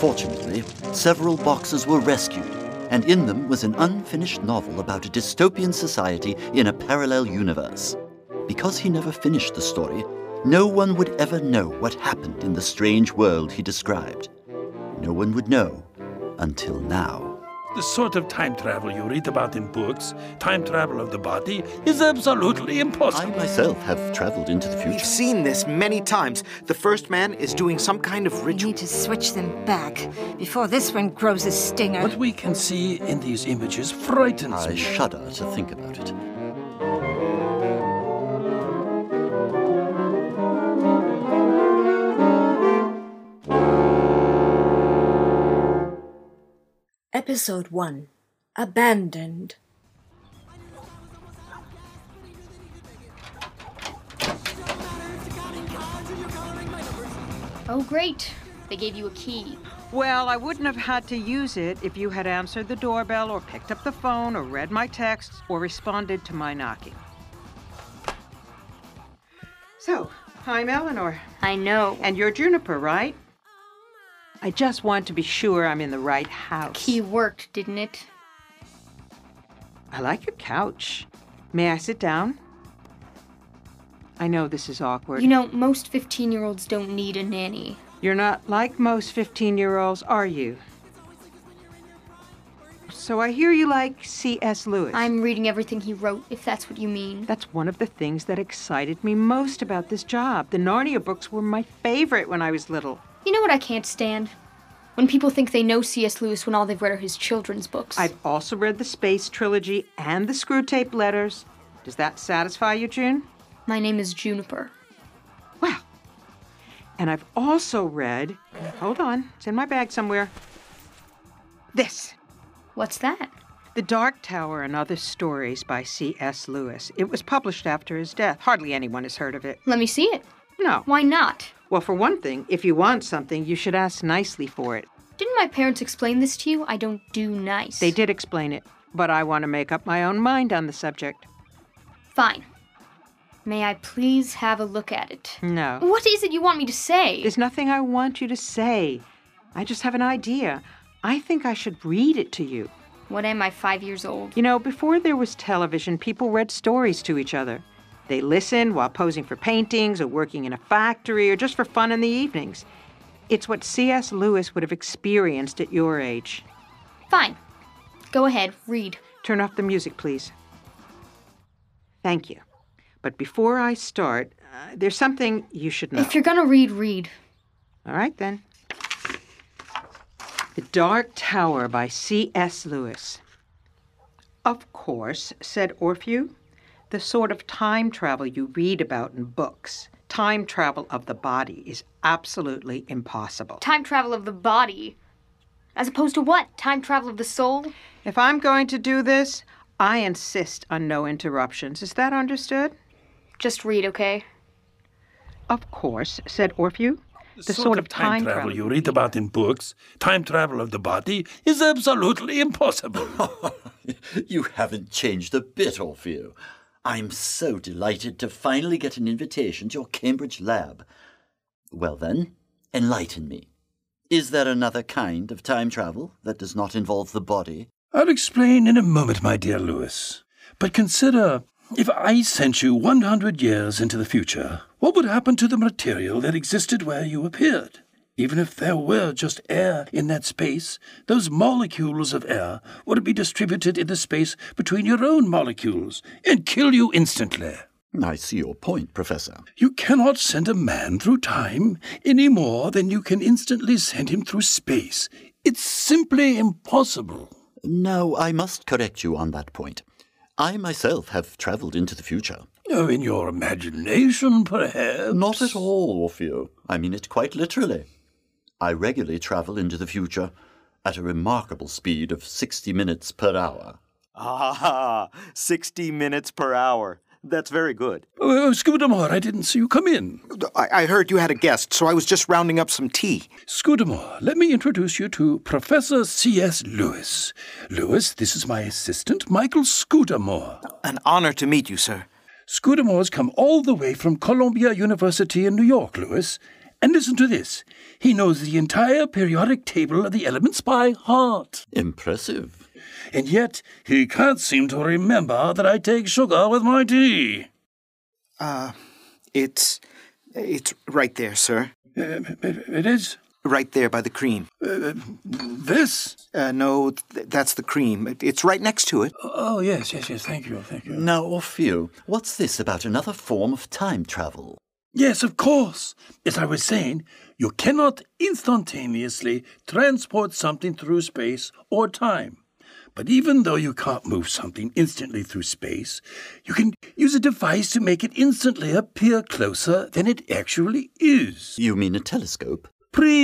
Speaker 2: Fortunately, several boxes were rescued, and in them was an unfinished novel about a dystopian society in a parallel universe. Because he never finished the story, no one would ever know what happened in the strange world he described. No one would know until now.
Speaker 9: The sort of time travel you read about in books, time travel of the body, is absolutely impossible.
Speaker 2: I myself have traveled into the future.
Speaker 12: We've seen this many times. The first man is doing some kind of
Speaker 1: We
Speaker 12: ritual.
Speaker 1: need to switch them back before this one grows a stinger.
Speaker 9: What we can see in these images frightens
Speaker 2: I
Speaker 9: me.
Speaker 2: shudder to think about it.
Speaker 11: Episode 1 Abandoned.
Speaker 6: Oh, great. They gave you a key.
Speaker 7: Well, I wouldn't have had to use it if you had answered the doorbell or picked up the phone or read my texts or responded to my knocking. So, I'm Eleanor.
Speaker 6: I know.
Speaker 7: And you're Juniper, right? I just want to be sure I'm in the right house.
Speaker 6: Key worked, didn't it?
Speaker 7: I like your couch. May I sit down? I know this is awkward.
Speaker 6: You know, most 15 year olds don't need a nanny.
Speaker 7: You're not like most 15 year olds, are you? So I hear you like C.S. Lewis.
Speaker 6: I'm reading everything he wrote, if that's what you mean.
Speaker 7: That's one of the things that excited me most about this job. The Narnia books were my favorite when I was little.
Speaker 6: You know what I can't stand? When people think they know C.S. Lewis when all they've read are his children's books.
Speaker 7: I've also read the Space Trilogy and the Screwtape Letters. Does that satisfy you, June?
Speaker 6: My name is Juniper.
Speaker 7: Well, and I've also read. Hold on, it's in my bag somewhere. This.
Speaker 6: What's that?
Speaker 7: The Dark Tower and Other Stories by C.S. Lewis. It was published after his death. Hardly anyone has heard of it.
Speaker 6: Let me see it.
Speaker 7: No.
Speaker 6: Why not?
Speaker 7: Well, for one thing, if you want something, you should ask nicely for it.
Speaker 6: Didn't my parents explain this to you? I don't do nice.
Speaker 7: They did explain it, but I want to make up my own mind on the subject.
Speaker 6: Fine. May I please have a look at it?
Speaker 7: No.
Speaker 6: What is it you want me to say?
Speaker 7: There's nothing I want you to say. I just have an idea. I think I should read it to you.
Speaker 6: What am I, five years old?
Speaker 7: You know, before there was television, people read stories to each other. They listened while posing for paintings or working in a factory or just for fun in the evenings. It's what C.S. Lewis would have experienced at your age.
Speaker 6: Fine. Go ahead, read.
Speaker 7: Turn off the music, please. Thank you. But before I start, uh, there's something you should know.
Speaker 6: If you're gonna read, read.
Speaker 7: All right, then. The Dark Tower by C.S. Lewis. Of course, said Orphew, the sort of time travel you read about in books, time travel of the body, is absolutely impossible.
Speaker 6: Time travel of the body. As opposed to what? Time travel of the soul?
Speaker 7: If I'm going to do this, I insist on no interruptions. Is that understood?
Speaker 6: Just read, okay?
Speaker 7: Of course, said Orphew. The, sort, of time,
Speaker 9: travel, you read about in books, time travel of the body, is absolutely impossible.
Speaker 2: You haven't changed a bit, Orfeo. I'm so delighted to finally get an invitation to your Cambridge lab. Well, then, enlighten me. Is there another kind of time travel that does not involve the body?
Speaker 9: I'll explain in a moment, my dear Lewis. But consider if I sent you 100 years into the future, what would happen to the material that existed where you appeared? Even if there were just air in that space, those molecules of air would be distributed in the space between your own molecules and kill you instantly.
Speaker 2: I see your point, Professor.
Speaker 9: You cannot send a man through time any more than you can instantly send him through space. It's simply impossible.
Speaker 2: No, I must correct you on that point. I myself have travelled into the future.
Speaker 9: Oh, in your imagination, perhaps?
Speaker 2: Not at all, Orfeo. I mean it quite literally. I regularly travel into the future at a remarkable speed of 60 minutes per hour.
Speaker 12: Ah, 60 minutes per hour. That's very good.
Speaker 9: Oh, oh, Scudamore, I didn't see you come in.
Speaker 12: I, I heard you had a guest, so I was just rounding up some tea.
Speaker 9: Scudamore, let me introduce you to Professor C.S. Lewis. Lewis, this is my assistant, Michael Scudamore.
Speaker 12: An honor to meet you, sir.
Speaker 9: Scudamore's come all the way from Columbia University in New York, Lewis. And listen to this. He knows the entire periodic table of the elements by heart.
Speaker 2: Impressive.
Speaker 9: And yet, he can't seem to remember that I take sugar with my tea.
Speaker 12: Uh, it's. it's right there, sir.
Speaker 9: Uh, it- it is?
Speaker 12: Right there by the cream.
Speaker 9: Uh, this?
Speaker 12: Uh, no, th- that's the cream. It- It's right next to it.
Speaker 9: Oh, yes, yes, yes. Thank you, thank you.
Speaker 2: Now, Orfeo, what's this about another form of time travel?
Speaker 9: Yes, of course. As I was saying, you cannot instantaneously transport something through space or time. But even though you can't move something instantly through space, you can use a device to make it instantly appear closer than it actually is.
Speaker 2: You mean a telescope?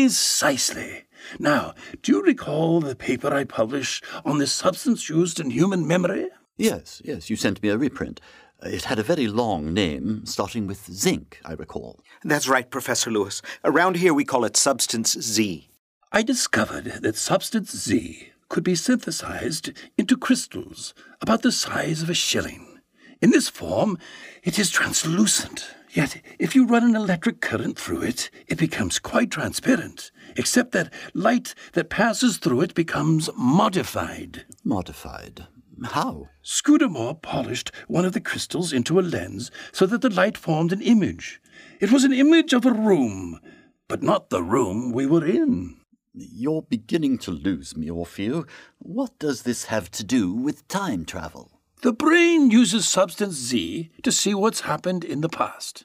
Speaker 9: Precisely. Now, do you recall the paper I published on the substance used in human memory?
Speaker 2: Yes, yes, you sent me a reprint. It had a very long name, starting with zinc, I recall.
Speaker 12: That's right, Professor Lewis. Around here we call it substance Z.
Speaker 9: I discovered that substance Z could be synthesized into crystals about the size of a shilling. In this form, it is translucent. Yet, if you run an electric current through it, it becomes quite transparent, except that light that passes through it becomes modified.
Speaker 2: Modified. How?
Speaker 9: Scudamore polished one of the crystals into a lens so that the light formed an image. It was an image of a room, but not the room we were in.
Speaker 2: You're beginning to lose me, Orfeo. What does this have to do with time travel?
Speaker 9: The brain uses substance Z to see what's happened in the past.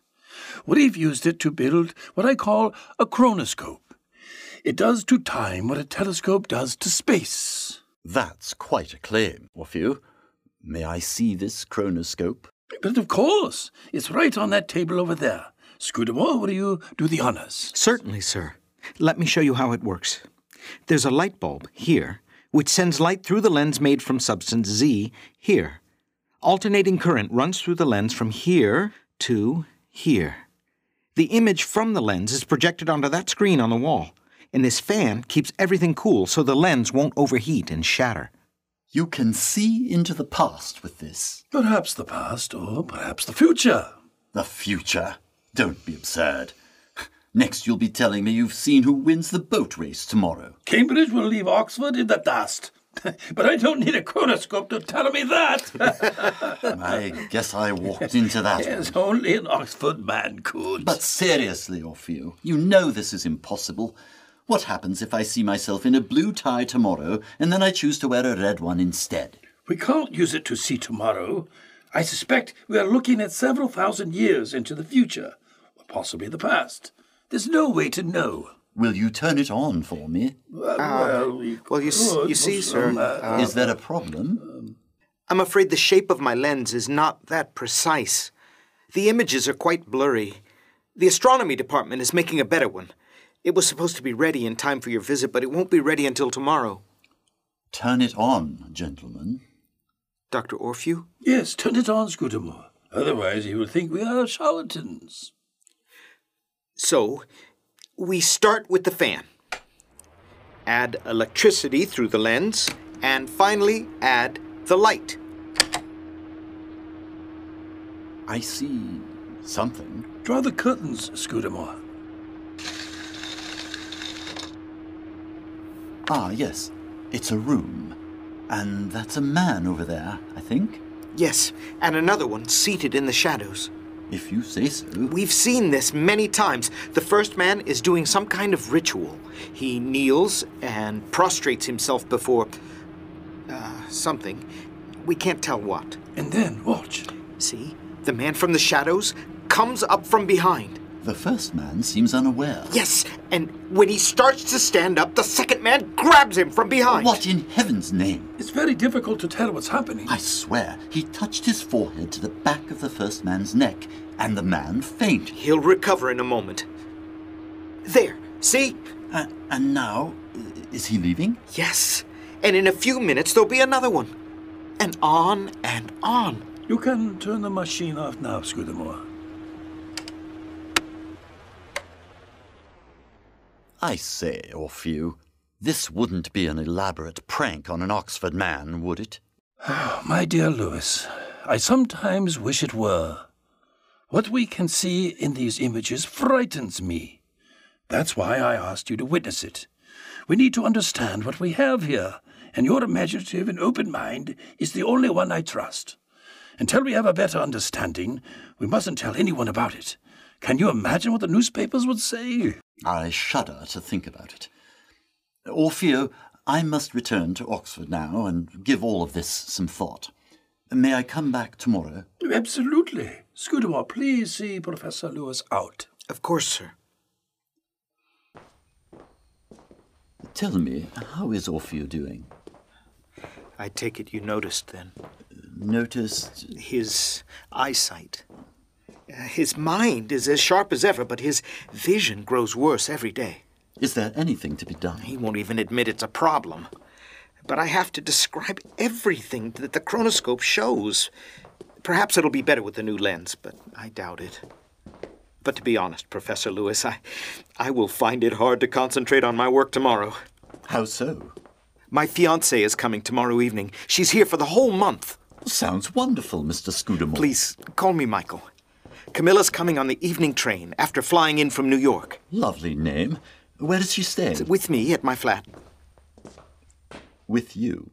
Speaker 9: We've used it to build what I call a chronoscope. It does to time what a telescope does to space.
Speaker 2: That's quite a claim, Orfeo. May I see this chronoscope?
Speaker 9: But of course, it's right on that table over there. Scudamore, will you do the honors?
Speaker 12: Certainly, sir. Let me show you how it works. There's a light bulb here, which sends light through the lens made from substance Z here. Alternating current runs through the lens from here to here. The image from the lens is projected onto that screen on the wall, and this fan keeps everything cool so the lens won't overheat and shatter.
Speaker 2: You can see into the past with this.
Speaker 9: Perhaps the past, or perhaps the future.
Speaker 2: The future? Don't be absurd. Next, you'll be telling me you've seen who wins the boat race tomorrow.
Speaker 9: Cambridge will leave Oxford in the dust. but I don't need a chronoscope to tell me that.
Speaker 2: I guess I walked into that. one.
Speaker 9: As only an Oxford man could.
Speaker 2: But seriously, Orfeo, you know this is impossible. What happens if I see myself in a blue tie tomorrow and then I choose to wear a red one instead?
Speaker 9: We can't use it to see tomorrow. I suspect we are looking at several thousand years into the future, or possibly the past. There's no way to know. Uh,
Speaker 2: Will you turn it on for me?
Speaker 12: well, we
Speaker 4: Ah, well, you, s-
Speaker 12: could,
Speaker 4: you see,
Speaker 12: but,
Speaker 4: sir.
Speaker 12: um, uh,
Speaker 2: Is that a problem?
Speaker 4: I'm afraid the shape of my lens is not that precise. The images are quite blurry. The astronomy department is making a better one. It was supposed to be ready in time for your visit, but it won't be ready until tomorrow.
Speaker 2: Turn it on, gentlemen.
Speaker 4: Dr. Orphew?
Speaker 9: Yes, turn it on, Scudamore. Otherwise, he will think we are charlatans.
Speaker 4: So, we start with the fan. Add electricity through the lens, and finally add the light.
Speaker 2: I see something.
Speaker 9: Draw the curtains, Scudamore.
Speaker 2: Ah, yes. It's a room. And that's a man over there, I think.
Speaker 4: Yes, and another one seated in the shadows.
Speaker 2: If you say so.
Speaker 4: We've seen this many times. The first man is doing some kind of ritual. He kneels and prostrates himself before uh, something. We can't tell what.
Speaker 9: And then, watch.
Speaker 4: See, the man from the shadows comes up from behind.
Speaker 2: The first man seems unaware.
Speaker 4: Yes, and when he starts to stand up, the second man grabs him from behind.
Speaker 2: What in heaven's name?
Speaker 9: It's very difficult to tell what's happening.
Speaker 2: I swear, he touched his forehead to the back of the first man's neck, and the man fainted.
Speaker 4: He'll recover in a moment. There, see?
Speaker 2: A- and now, i- is he leaving?
Speaker 4: Yes. And in a few minutes, there'll be another one. And on and on.
Speaker 9: You can turn the machine off now, Scudamore.
Speaker 2: I say, Orphew, this wouldn't be an elaborate prank on an Oxford man, would it?
Speaker 9: My dear Lewis, I sometimes wish it were. What we can see in these images frightens me. That's why I asked you to witness it. We need to understand what we have here, and your imaginative and open mind is the only one I trust. Until we have a better understanding, we mustn't tell anyone about it. Can you imagine what the newspapers would say?
Speaker 2: I shudder to think about it. Orfeo, I must return to Oxford now and give all of this some thought. May I come back tomorrow?
Speaker 9: Absolutely. Scudamore, please see Professor Lewis out.
Speaker 4: Of course, sir.
Speaker 2: Tell me, how is Orfeo doing?
Speaker 4: I take it you noticed then.
Speaker 2: Noticed.
Speaker 4: His eyesight. Uh, His mind is as sharp as ever, but his vision grows worse every day.
Speaker 2: Is there anything to be done?
Speaker 4: He won't even admit it's a problem. But I have to describe everything that the chronoscope shows. Perhaps it'll be better with the new lens, but I doubt it. But to be honest, Professor Lewis, I, I will find it hard to concentrate on my work tomorrow.
Speaker 2: How so?
Speaker 4: My fiancée is coming tomorrow evening. She's here for the whole month.
Speaker 2: Sounds wonderful, Mr. Scudamore.
Speaker 4: Please, call me Michael. Camilla's coming on the evening train after flying in from New York.
Speaker 2: Lovely name. Where does she stay?
Speaker 4: With me at my flat.
Speaker 2: With you.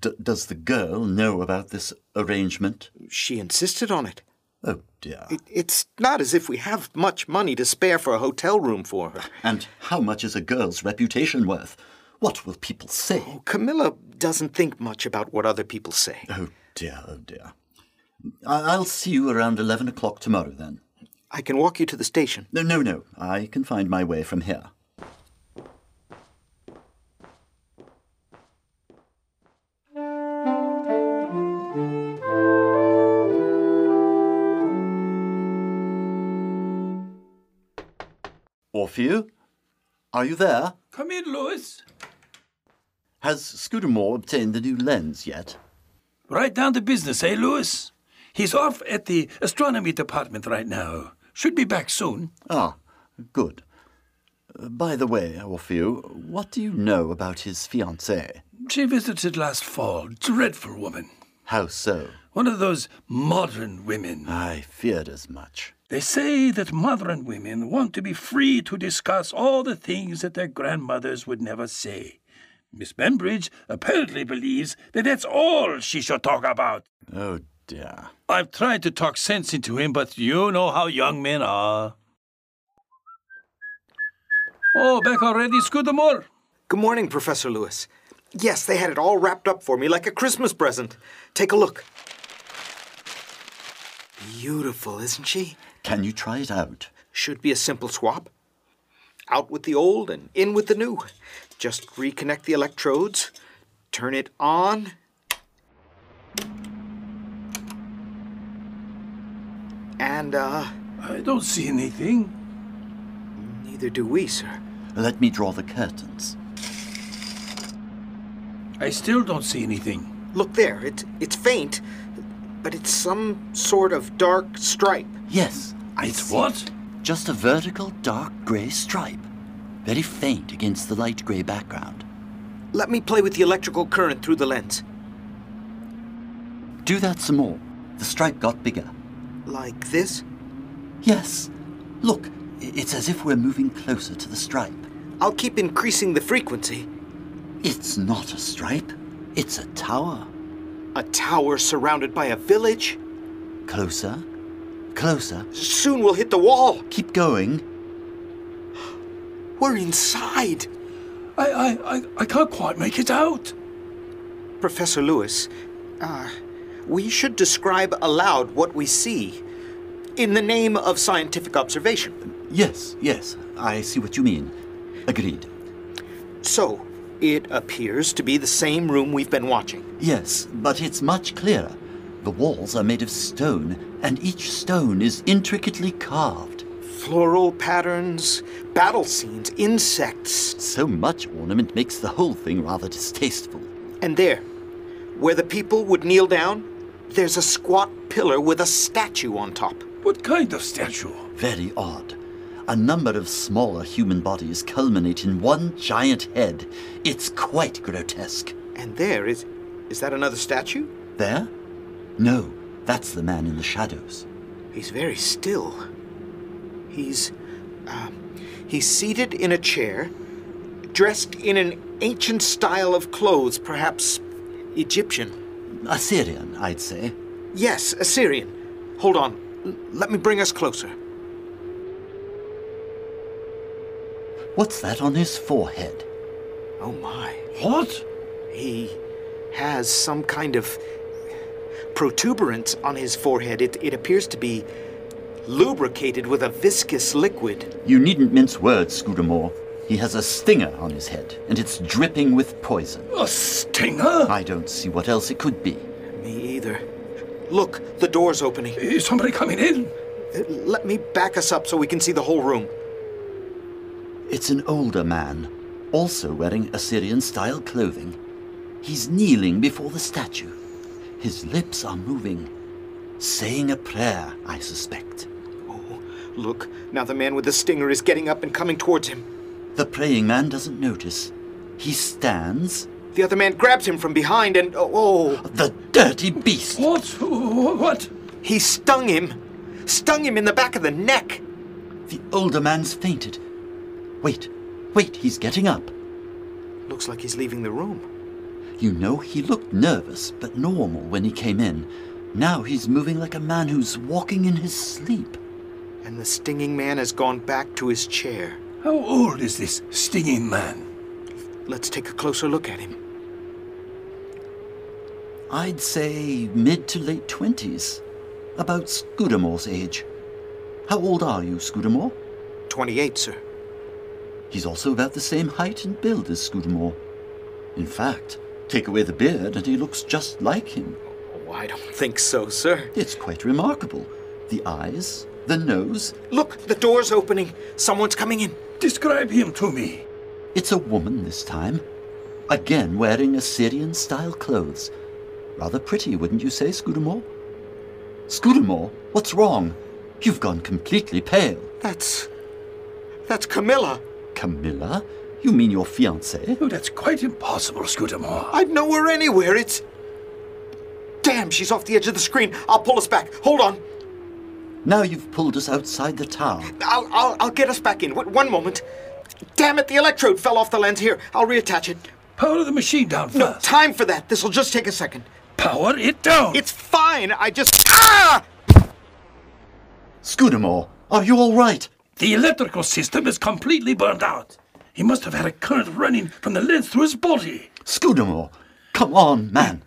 Speaker 2: D- does the girl know about this arrangement?
Speaker 4: She insisted on it.
Speaker 2: Oh dear.
Speaker 4: It- It's not as if we have much money to spare for a hotel room for her.
Speaker 2: And how much is a girl's reputation worth? What will people say?
Speaker 4: Camilla doesn't think much about what other people say.
Speaker 2: Oh dear, oh dear. I- I'll see you around 11 o'clock tomorrow then.
Speaker 4: I can walk you to the station.
Speaker 2: No, no, no. I can find my way from here. Orphew? Are you there?
Speaker 9: Come in, Lewis.
Speaker 2: Has Scudamore obtained the new lens yet?
Speaker 9: Right down to business, eh, Lewis? He's off at the astronomy department right now. Should be back soon.
Speaker 2: Ah, good. Uh, By the way, Orphew, what do you know about his fiancée?
Speaker 9: She visited last fall. Dreadful woman.
Speaker 2: How so?
Speaker 9: One of those modern women.
Speaker 2: I feared as much.
Speaker 9: They say that modern women want to be free to discuss all the things that their grandmothers would never say. Miss Bembridge apparently believes that that's all she should talk about.
Speaker 2: Oh dear.
Speaker 9: I've tried to talk sense into him, but you know how young men are. Oh, back already, Scudamore?
Speaker 4: Good morning, Professor Lewis. Yes, they had it all wrapped up for me like a Christmas present. Take a look. Beautiful, isn't she?
Speaker 2: Can you try it out?
Speaker 4: Should be a simple swap. Out with the old and in with the new. Just reconnect the electrodes, turn it on. And, uh.
Speaker 9: I don't see anything.
Speaker 4: Neither do we, sir.
Speaker 2: Let me draw the curtains.
Speaker 9: I still don't see anything.
Speaker 4: Look there. It, it's faint, but it's some sort of dark stripe.
Speaker 2: Yes. I
Speaker 9: It's
Speaker 2: see
Speaker 9: what?
Speaker 2: it. Just a vertical dark grey stripe. Very faint against the light grey background.
Speaker 4: Let me play with the electrical current through the lens.
Speaker 2: Do that some more. The stripe got bigger.
Speaker 4: Like this?
Speaker 2: Yes. Look, i- it's as if we're moving closer to the stripe.
Speaker 4: I'll keep increasing the frequency.
Speaker 2: It's not a stripe. It's a tower.
Speaker 4: A tower surrounded by a village?
Speaker 2: Closer. Closer.
Speaker 4: Soon we'll hit the wall.
Speaker 2: Keep going.
Speaker 4: We're inside.
Speaker 9: I, I, I, I can't quite make it out.
Speaker 4: Professor Lewis, uh, we should describe aloud what we see in the name of scientific observation.
Speaker 2: Yes, yes. I see what you mean. Agreed.
Speaker 4: So, it appears to be the same room we've been watching.
Speaker 2: Yes, but it's much clearer. The walls are made of stone, and each stone is intricately carved.
Speaker 4: Floral patterns, battle scenes, insects.
Speaker 2: So much ornament makes the whole thing rather distasteful.
Speaker 4: And there, where the people would kneel down, there's a squat pillar with a statue on top.
Speaker 9: What kind of statue?
Speaker 2: Very odd. A number of smaller human bodies culminate in one giant head. It's quite grotesque.
Speaker 4: And there is. Is that another statue?
Speaker 2: There? No, that's the man in the shadows.
Speaker 4: He's very still. He's. Uh, he's seated in a chair, dressed in an ancient style of clothes, perhaps Egyptian.
Speaker 2: Assyrian, I'd say.
Speaker 4: Yes, Assyrian. Hold on. L- let me bring us closer.
Speaker 2: What's that on his forehead?
Speaker 4: Oh my.
Speaker 9: What?
Speaker 4: He has some kind of protuberance on his forehead. It, it appears to be lubricated with a viscous liquid.
Speaker 2: You needn't mince words, Scudamore. He has a stinger on his head, and it's dripping with poison.
Speaker 9: A stinger?
Speaker 2: I don't see what else it could be.
Speaker 4: Me either. Look, the door's opening.
Speaker 9: Is somebody coming in?
Speaker 4: Uh, Let me back us up so we can see the whole room.
Speaker 2: It's an older man, also wearing Assyrian style clothing. He's kneeling before the statue. His lips are moving, saying a prayer, I suspect.
Speaker 4: Oh, look, now the man with the stinger is getting up and coming towards him.
Speaker 2: The praying man doesn't notice. He stands.
Speaker 4: The other man grabs him from behind and. Oh, oh,
Speaker 2: The dirty beast!
Speaker 9: What? Wh- wh- What?
Speaker 4: he stung him! Stung him in the back of the neck!
Speaker 2: The older man's fainted. Wait, wait, he's getting up.
Speaker 4: Looks like he's leaving the room.
Speaker 2: You know, he looked nervous but normal when he came in. Now he's moving like a man who's walking in his sleep.
Speaker 4: And the stinging man has gone back to his chair.
Speaker 9: How old is this stinging man?
Speaker 4: Let's take a closer look at him.
Speaker 2: I'd say mid to late twenties, about Scudamore's age. How old are you, Scudamore?
Speaker 4: 28, sir.
Speaker 2: He's also about the same height and build as Scudamore. In fact, take away the beard and he looks just like him.
Speaker 4: Oh, I don't think so, sir.
Speaker 2: It's quite remarkable. The eyes, the nose.
Speaker 4: Look, the door's opening. Someone's coming in.
Speaker 9: Describe him to me.
Speaker 2: It's a woman this time. Again wearing Assyrian style clothes. Rather pretty, wouldn't you say, Scudamore? Scudamore, what's wrong? You've gone completely pale.
Speaker 4: That's. That's Camilla.
Speaker 2: Camilla? You mean your fiancée?
Speaker 9: Oh, that's quite impossible, Scudamore.
Speaker 4: I'd know her anywhere. It's. Damn, she's off the edge of the screen. I'll pull us back. Hold on.
Speaker 2: Now you've pulled us outside the tower.
Speaker 4: I'll, I'll, I'll get us back in. W- one moment. Damn it, the electrode fell off the lens. Here, I'll reattach it.
Speaker 9: Power the machine down
Speaker 4: No
Speaker 9: first.
Speaker 4: time for that. This'll just take a second.
Speaker 9: Power it down.
Speaker 4: It's fine. I just. Ah!
Speaker 2: Scudamore, are you all right?
Speaker 9: The electrical system is completely burned out. He must have had a current running from the lens through his body.
Speaker 2: Scudamore, come on, man.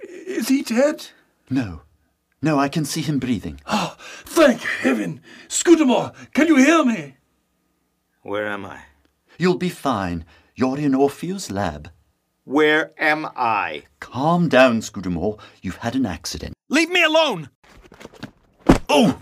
Speaker 9: Is he dead?
Speaker 2: No. No, I can
Speaker 9: Ah,
Speaker 2: see him breathing.
Speaker 9: Thank heaven! Scudamore, can you hear me?
Speaker 12: Where am I?
Speaker 2: You'll be fine. You're in Orpheus' lab.
Speaker 12: Where am I?
Speaker 2: Calm down, Scudamore. You've had an accident.
Speaker 4: Leave me alone!
Speaker 2: Oh!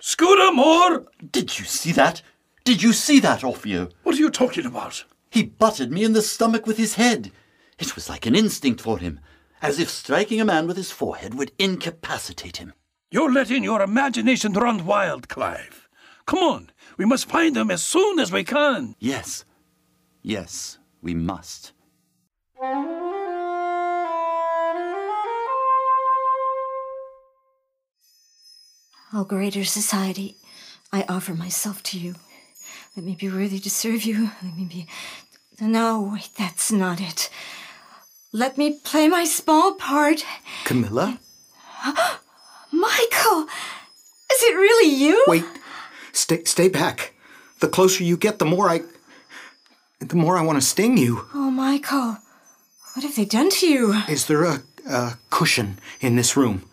Speaker 9: Scudamore!
Speaker 2: Did you see that? Did you see that, Orfeo?
Speaker 9: What are you talking about?
Speaker 2: He butted me in the stomach with his head. It was like an instinct for him, as if striking a man with his forehead would incapacitate him.
Speaker 9: You're letting your imagination run wild, Clive. Come on, we must find them as soon as we can.
Speaker 2: Yes. Yes, we must.
Speaker 1: O greater society, I offer myself to you. Let me be worthy to serve you. Let me be. No, wait, that's not it. Let me play my small part.
Speaker 4: Camilla?
Speaker 1: Michael! Is it really you?
Speaker 4: Wait. Stay, stay back. The closer you get, the more I. The more I want to sting you.
Speaker 1: Oh, Michael. What have they done to you?
Speaker 4: Is there a, a cushion in this room?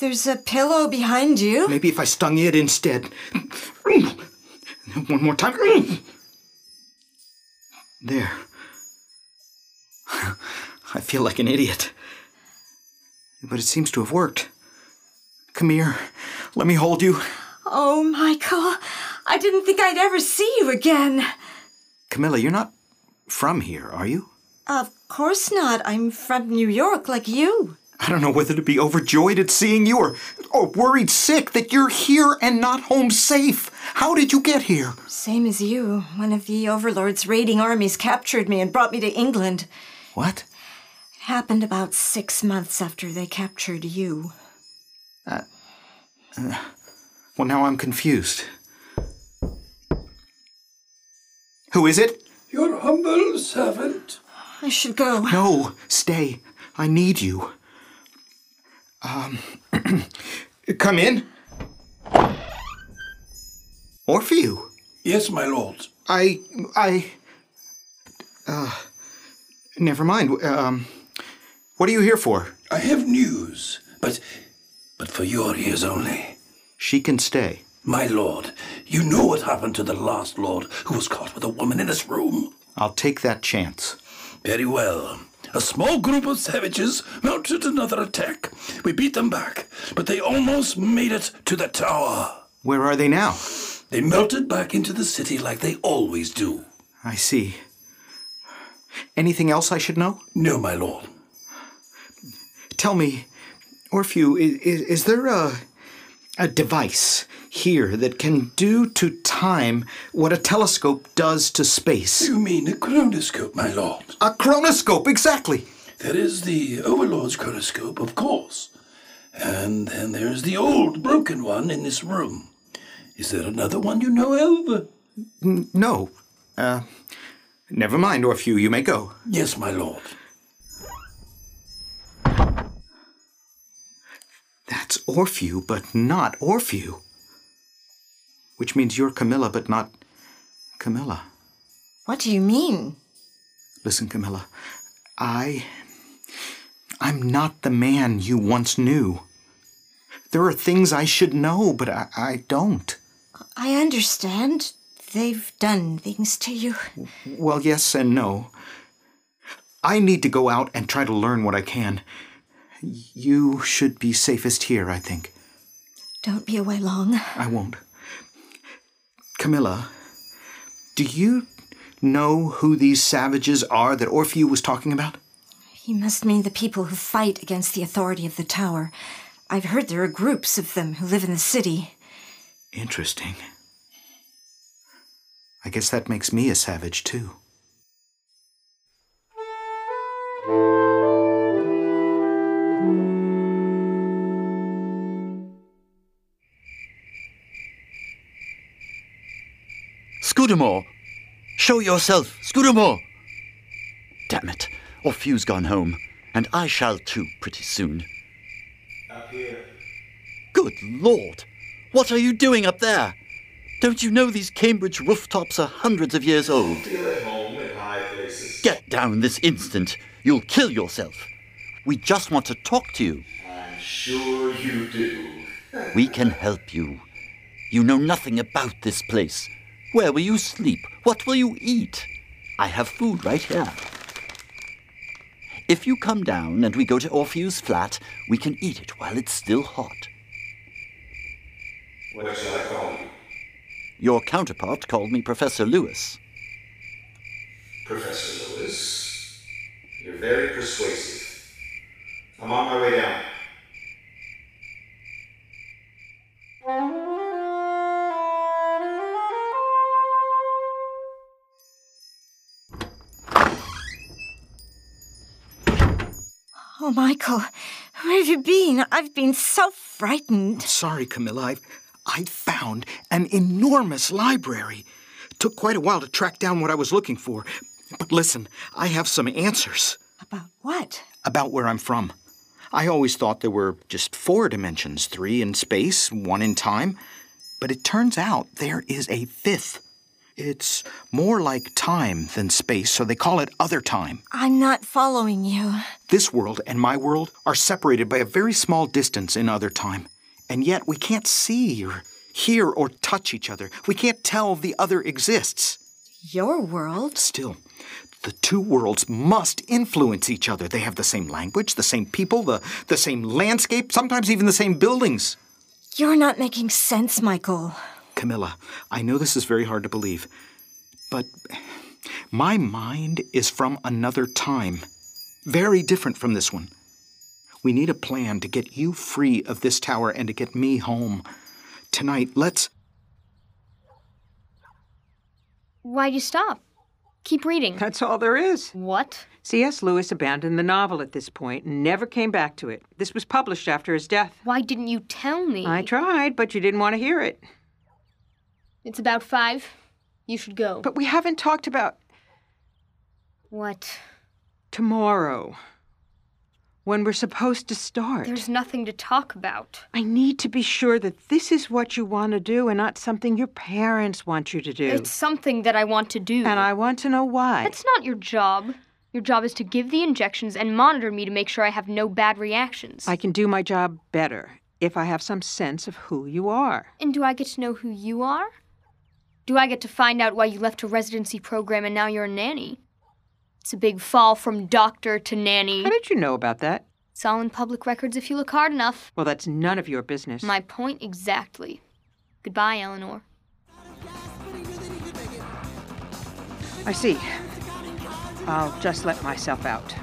Speaker 1: There's a pillow behind you.
Speaker 4: Maybe if I stung it instead. One more time. There. I feel like an idiot. But it seems to have worked. Come here. Let me hold you.
Speaker 1: Oh, Michael, I didn't think I'd ever see you again.
Speaker 4: Camilla, you're not from here, are you?
Speaker 1: Of course not. I'm from New York, like you.
Speaker 4: I don't know whether to be overjoyed at seeing you or, or worried sick that you're here and not home safe. How did you get here?
Speaker 1: Same as you. One of the Overlord's raiding armies captured me and brought me to England.
Speaker 4: What?
Speaker 1: It happened about six months after they captured you.
Speaker 4: Uh, uh, well, now I'm confused. Who is it?
Speaker 9: Your humble servant.
Speaker 1: I should go.
Speaker 4: No, stay. I need you. Um, come in. Orphew.
Speaker 9: Yes, my lord.
Speaker 4: I, I, uh, never mind. Um, what are you here for?
Speaker 9: I have news, but, but for your ears only.
Speaker 4: She can stay.
Speaker 9: My lord, you know what happened to the last lord who was caught with a woman in his room.
Speaker 4: I'll take that chance.
Speaker 9: Very well. A small group of savages mounted another attack. We beat them back, but they almost made it to the tower.
Speaker 4: Where are they now?
Speaker 9: They melted back into the city like they always do.
Speaker 4: I see. Anything else I should know?
Speaker 9: No, my lord.
Speaker 4: Tell me, Orphew, is, is there a, a device here that can do to time what a telescope does to space?
Speaker 9: You mean a chronoscope, my lord?
Speaker 4: A chronoscope, exactly.
Speaker 9: There is the Overlord's chronoscope, of course. And then there is the old broken one in this room. Is there another one you know of?
Speaker 4: N- no. Uh, never mind, or few, you may go.
Speaker 9: Yes, my lord.
Speaker 4: That's Orphew, but not Orphew. Which means you're Camilla, but not Camilla.
Speaker 1: What do you mean?
Speaker 4: Listen, Camilla, I. I'm not the man you once knew. There are things I should know, but I, I don't.
Speaker 1: I understand. They've done things to you.
Speaker 4: Well, yes and no. I need to go out and try to learn what I can. You should be safest here, I think.
Speaker 1: Don't be away long.
Speaker 4: I won't. Camilla, do you know who these savages are that Orpheus was talking about?
Speaker 1: He must mean the people who fight against the authority of the tower. I've heard there are groups of them who live in the city.
Speaker 4: Interesting. I guess that makes me a savage, too.
Speaker 2: Scudamore! Show yourself, Scudamore! Damn it, Orphew's gone home, and I shall too pretty soon.
Speaker 17: Up here.
Speaker 2: Good lord! What are you doing up there? Don't you know these Cambridge rooftops are hundreds of years old?
Speaker 17: You're at home in high places.
Speaker 2: Get down this instant. You'll kill yourself. We just want to talk to you.
Speaker 17: I'm sure you do.
Speaker 2: We can help you. You know nothing about this place. Where will you sleep? What will you eat? I have food right here. If you come down and we go to Orpheus' flat, we can eat it while it's still hot.
Speaker 17: What shall I call you?
Speaker 2: Your counterpart called me Professor Lewis.
Speaker 17: Professor Lewis? You're very persuasive. I'm on my way down.
Speaker 1: Oh, Michael, where have you been? I've been so frightened.
Speaker 4: Sorry, Camilla. I've, I found an enormous library. Took quite a while to track down what I was looking for. But listen, I have some answers
Speaker 1: About what?
Speaker 4: about where I'm from. I always thought there were just four dimensions three in space, one in time. But it turns out there is a fifth. It's more like time than space, so they call it other time.
Speaker 1: I'm not following you.
Speaker 4: This world and my world are separated by a very small distance in other time, and yet we can't see or hear or touch each other. We can't tell the other exists.
Speaker 1: Your world?
Speaker 4: Still, the two worlds must influence each other. They have the same language, the same people, the, the same landscape, sometimes even the same buildings.
Speaker 1: You're not making sense, Michael.
Speaker 4: Camilla, I know this is very hard to believe, but my mind is from another time, very different from this one. We need a plan to get you free of this tower and to get me home. Tonight, let's.
Speaker 6: Why'd you stop? Keep reading.
Speaker 7: That's all there is.
Speaker 6: What?
Speaker 7: C.S. Lewis abandoned the novel at this point and never came back to it. This was published after his death.
Speaker 6: Why didn't you tell me?
Speaker 7: I tried, but you didn't want to hear it.
Speaker 6: It's about five. You should go.
Speaker 7: But we haven't talked about
Speaker 6: what?
Speaker 7: tomorrow, when we're supposed to start.
Speaker 6: There's nothing to talk about.
Speaker 7: I need to be sure that this is what you want to do and not something your parents want you to do.
Speaker 6: It's something that I want to do.
Speaker 7: and I want to know why.
Speaker 6: That's not your job. Your job is to give the injections and monitor me to make sure I have no bad reactions.
Speaker 7: I can do my job better if I have some sense of who you are.
Speaker 6: And do I get to know who you are? Do I get to find out why you left a residency program and now you're a nanny? It's a big fall from doctor to nanny.
Speaker 7: How did you know about that?
Speaker 6: It's all in public records if you look hard enough.
Speaker 7: Well, that's none of your business.
Speaker 6: My point exactly. Goodbye, Eleanor.
Speaker 7: I see. I'll just let myself out.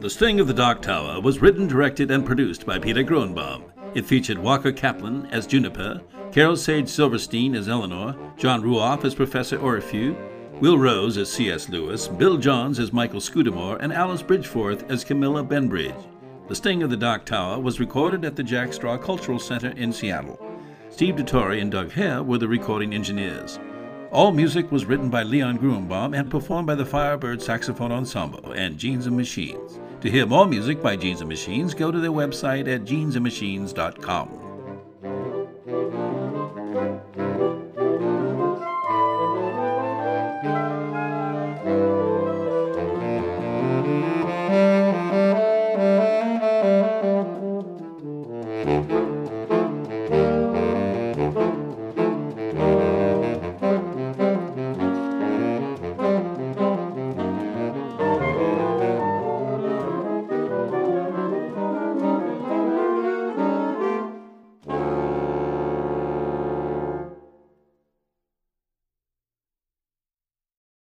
Speaker 3: The Sting of the Dark Tower was written, directed, and produced by Peter Grönbaum. It featured Walker Kaplan as Juniper, Carol Sage Silverstein as Eleanor, John Ruoff as Professor Orphew, Will Rose as C.S. Lewis, Bill Johns as Michael Scudamore, and Alice Bridgeforth as Camilla Benbridge. The Sting of the Dark Tower was recorded at the Jack Straw Cultural Center in Seattle. Steve Dettori and Doug Hare were the recording engineers. All music was written by Leon Grunbaum and performed by the Firebird Saxophone Ensemble and Jeans and Machines. To hear more music by Jeans and Machines, go to their website at jeansandmachines.com.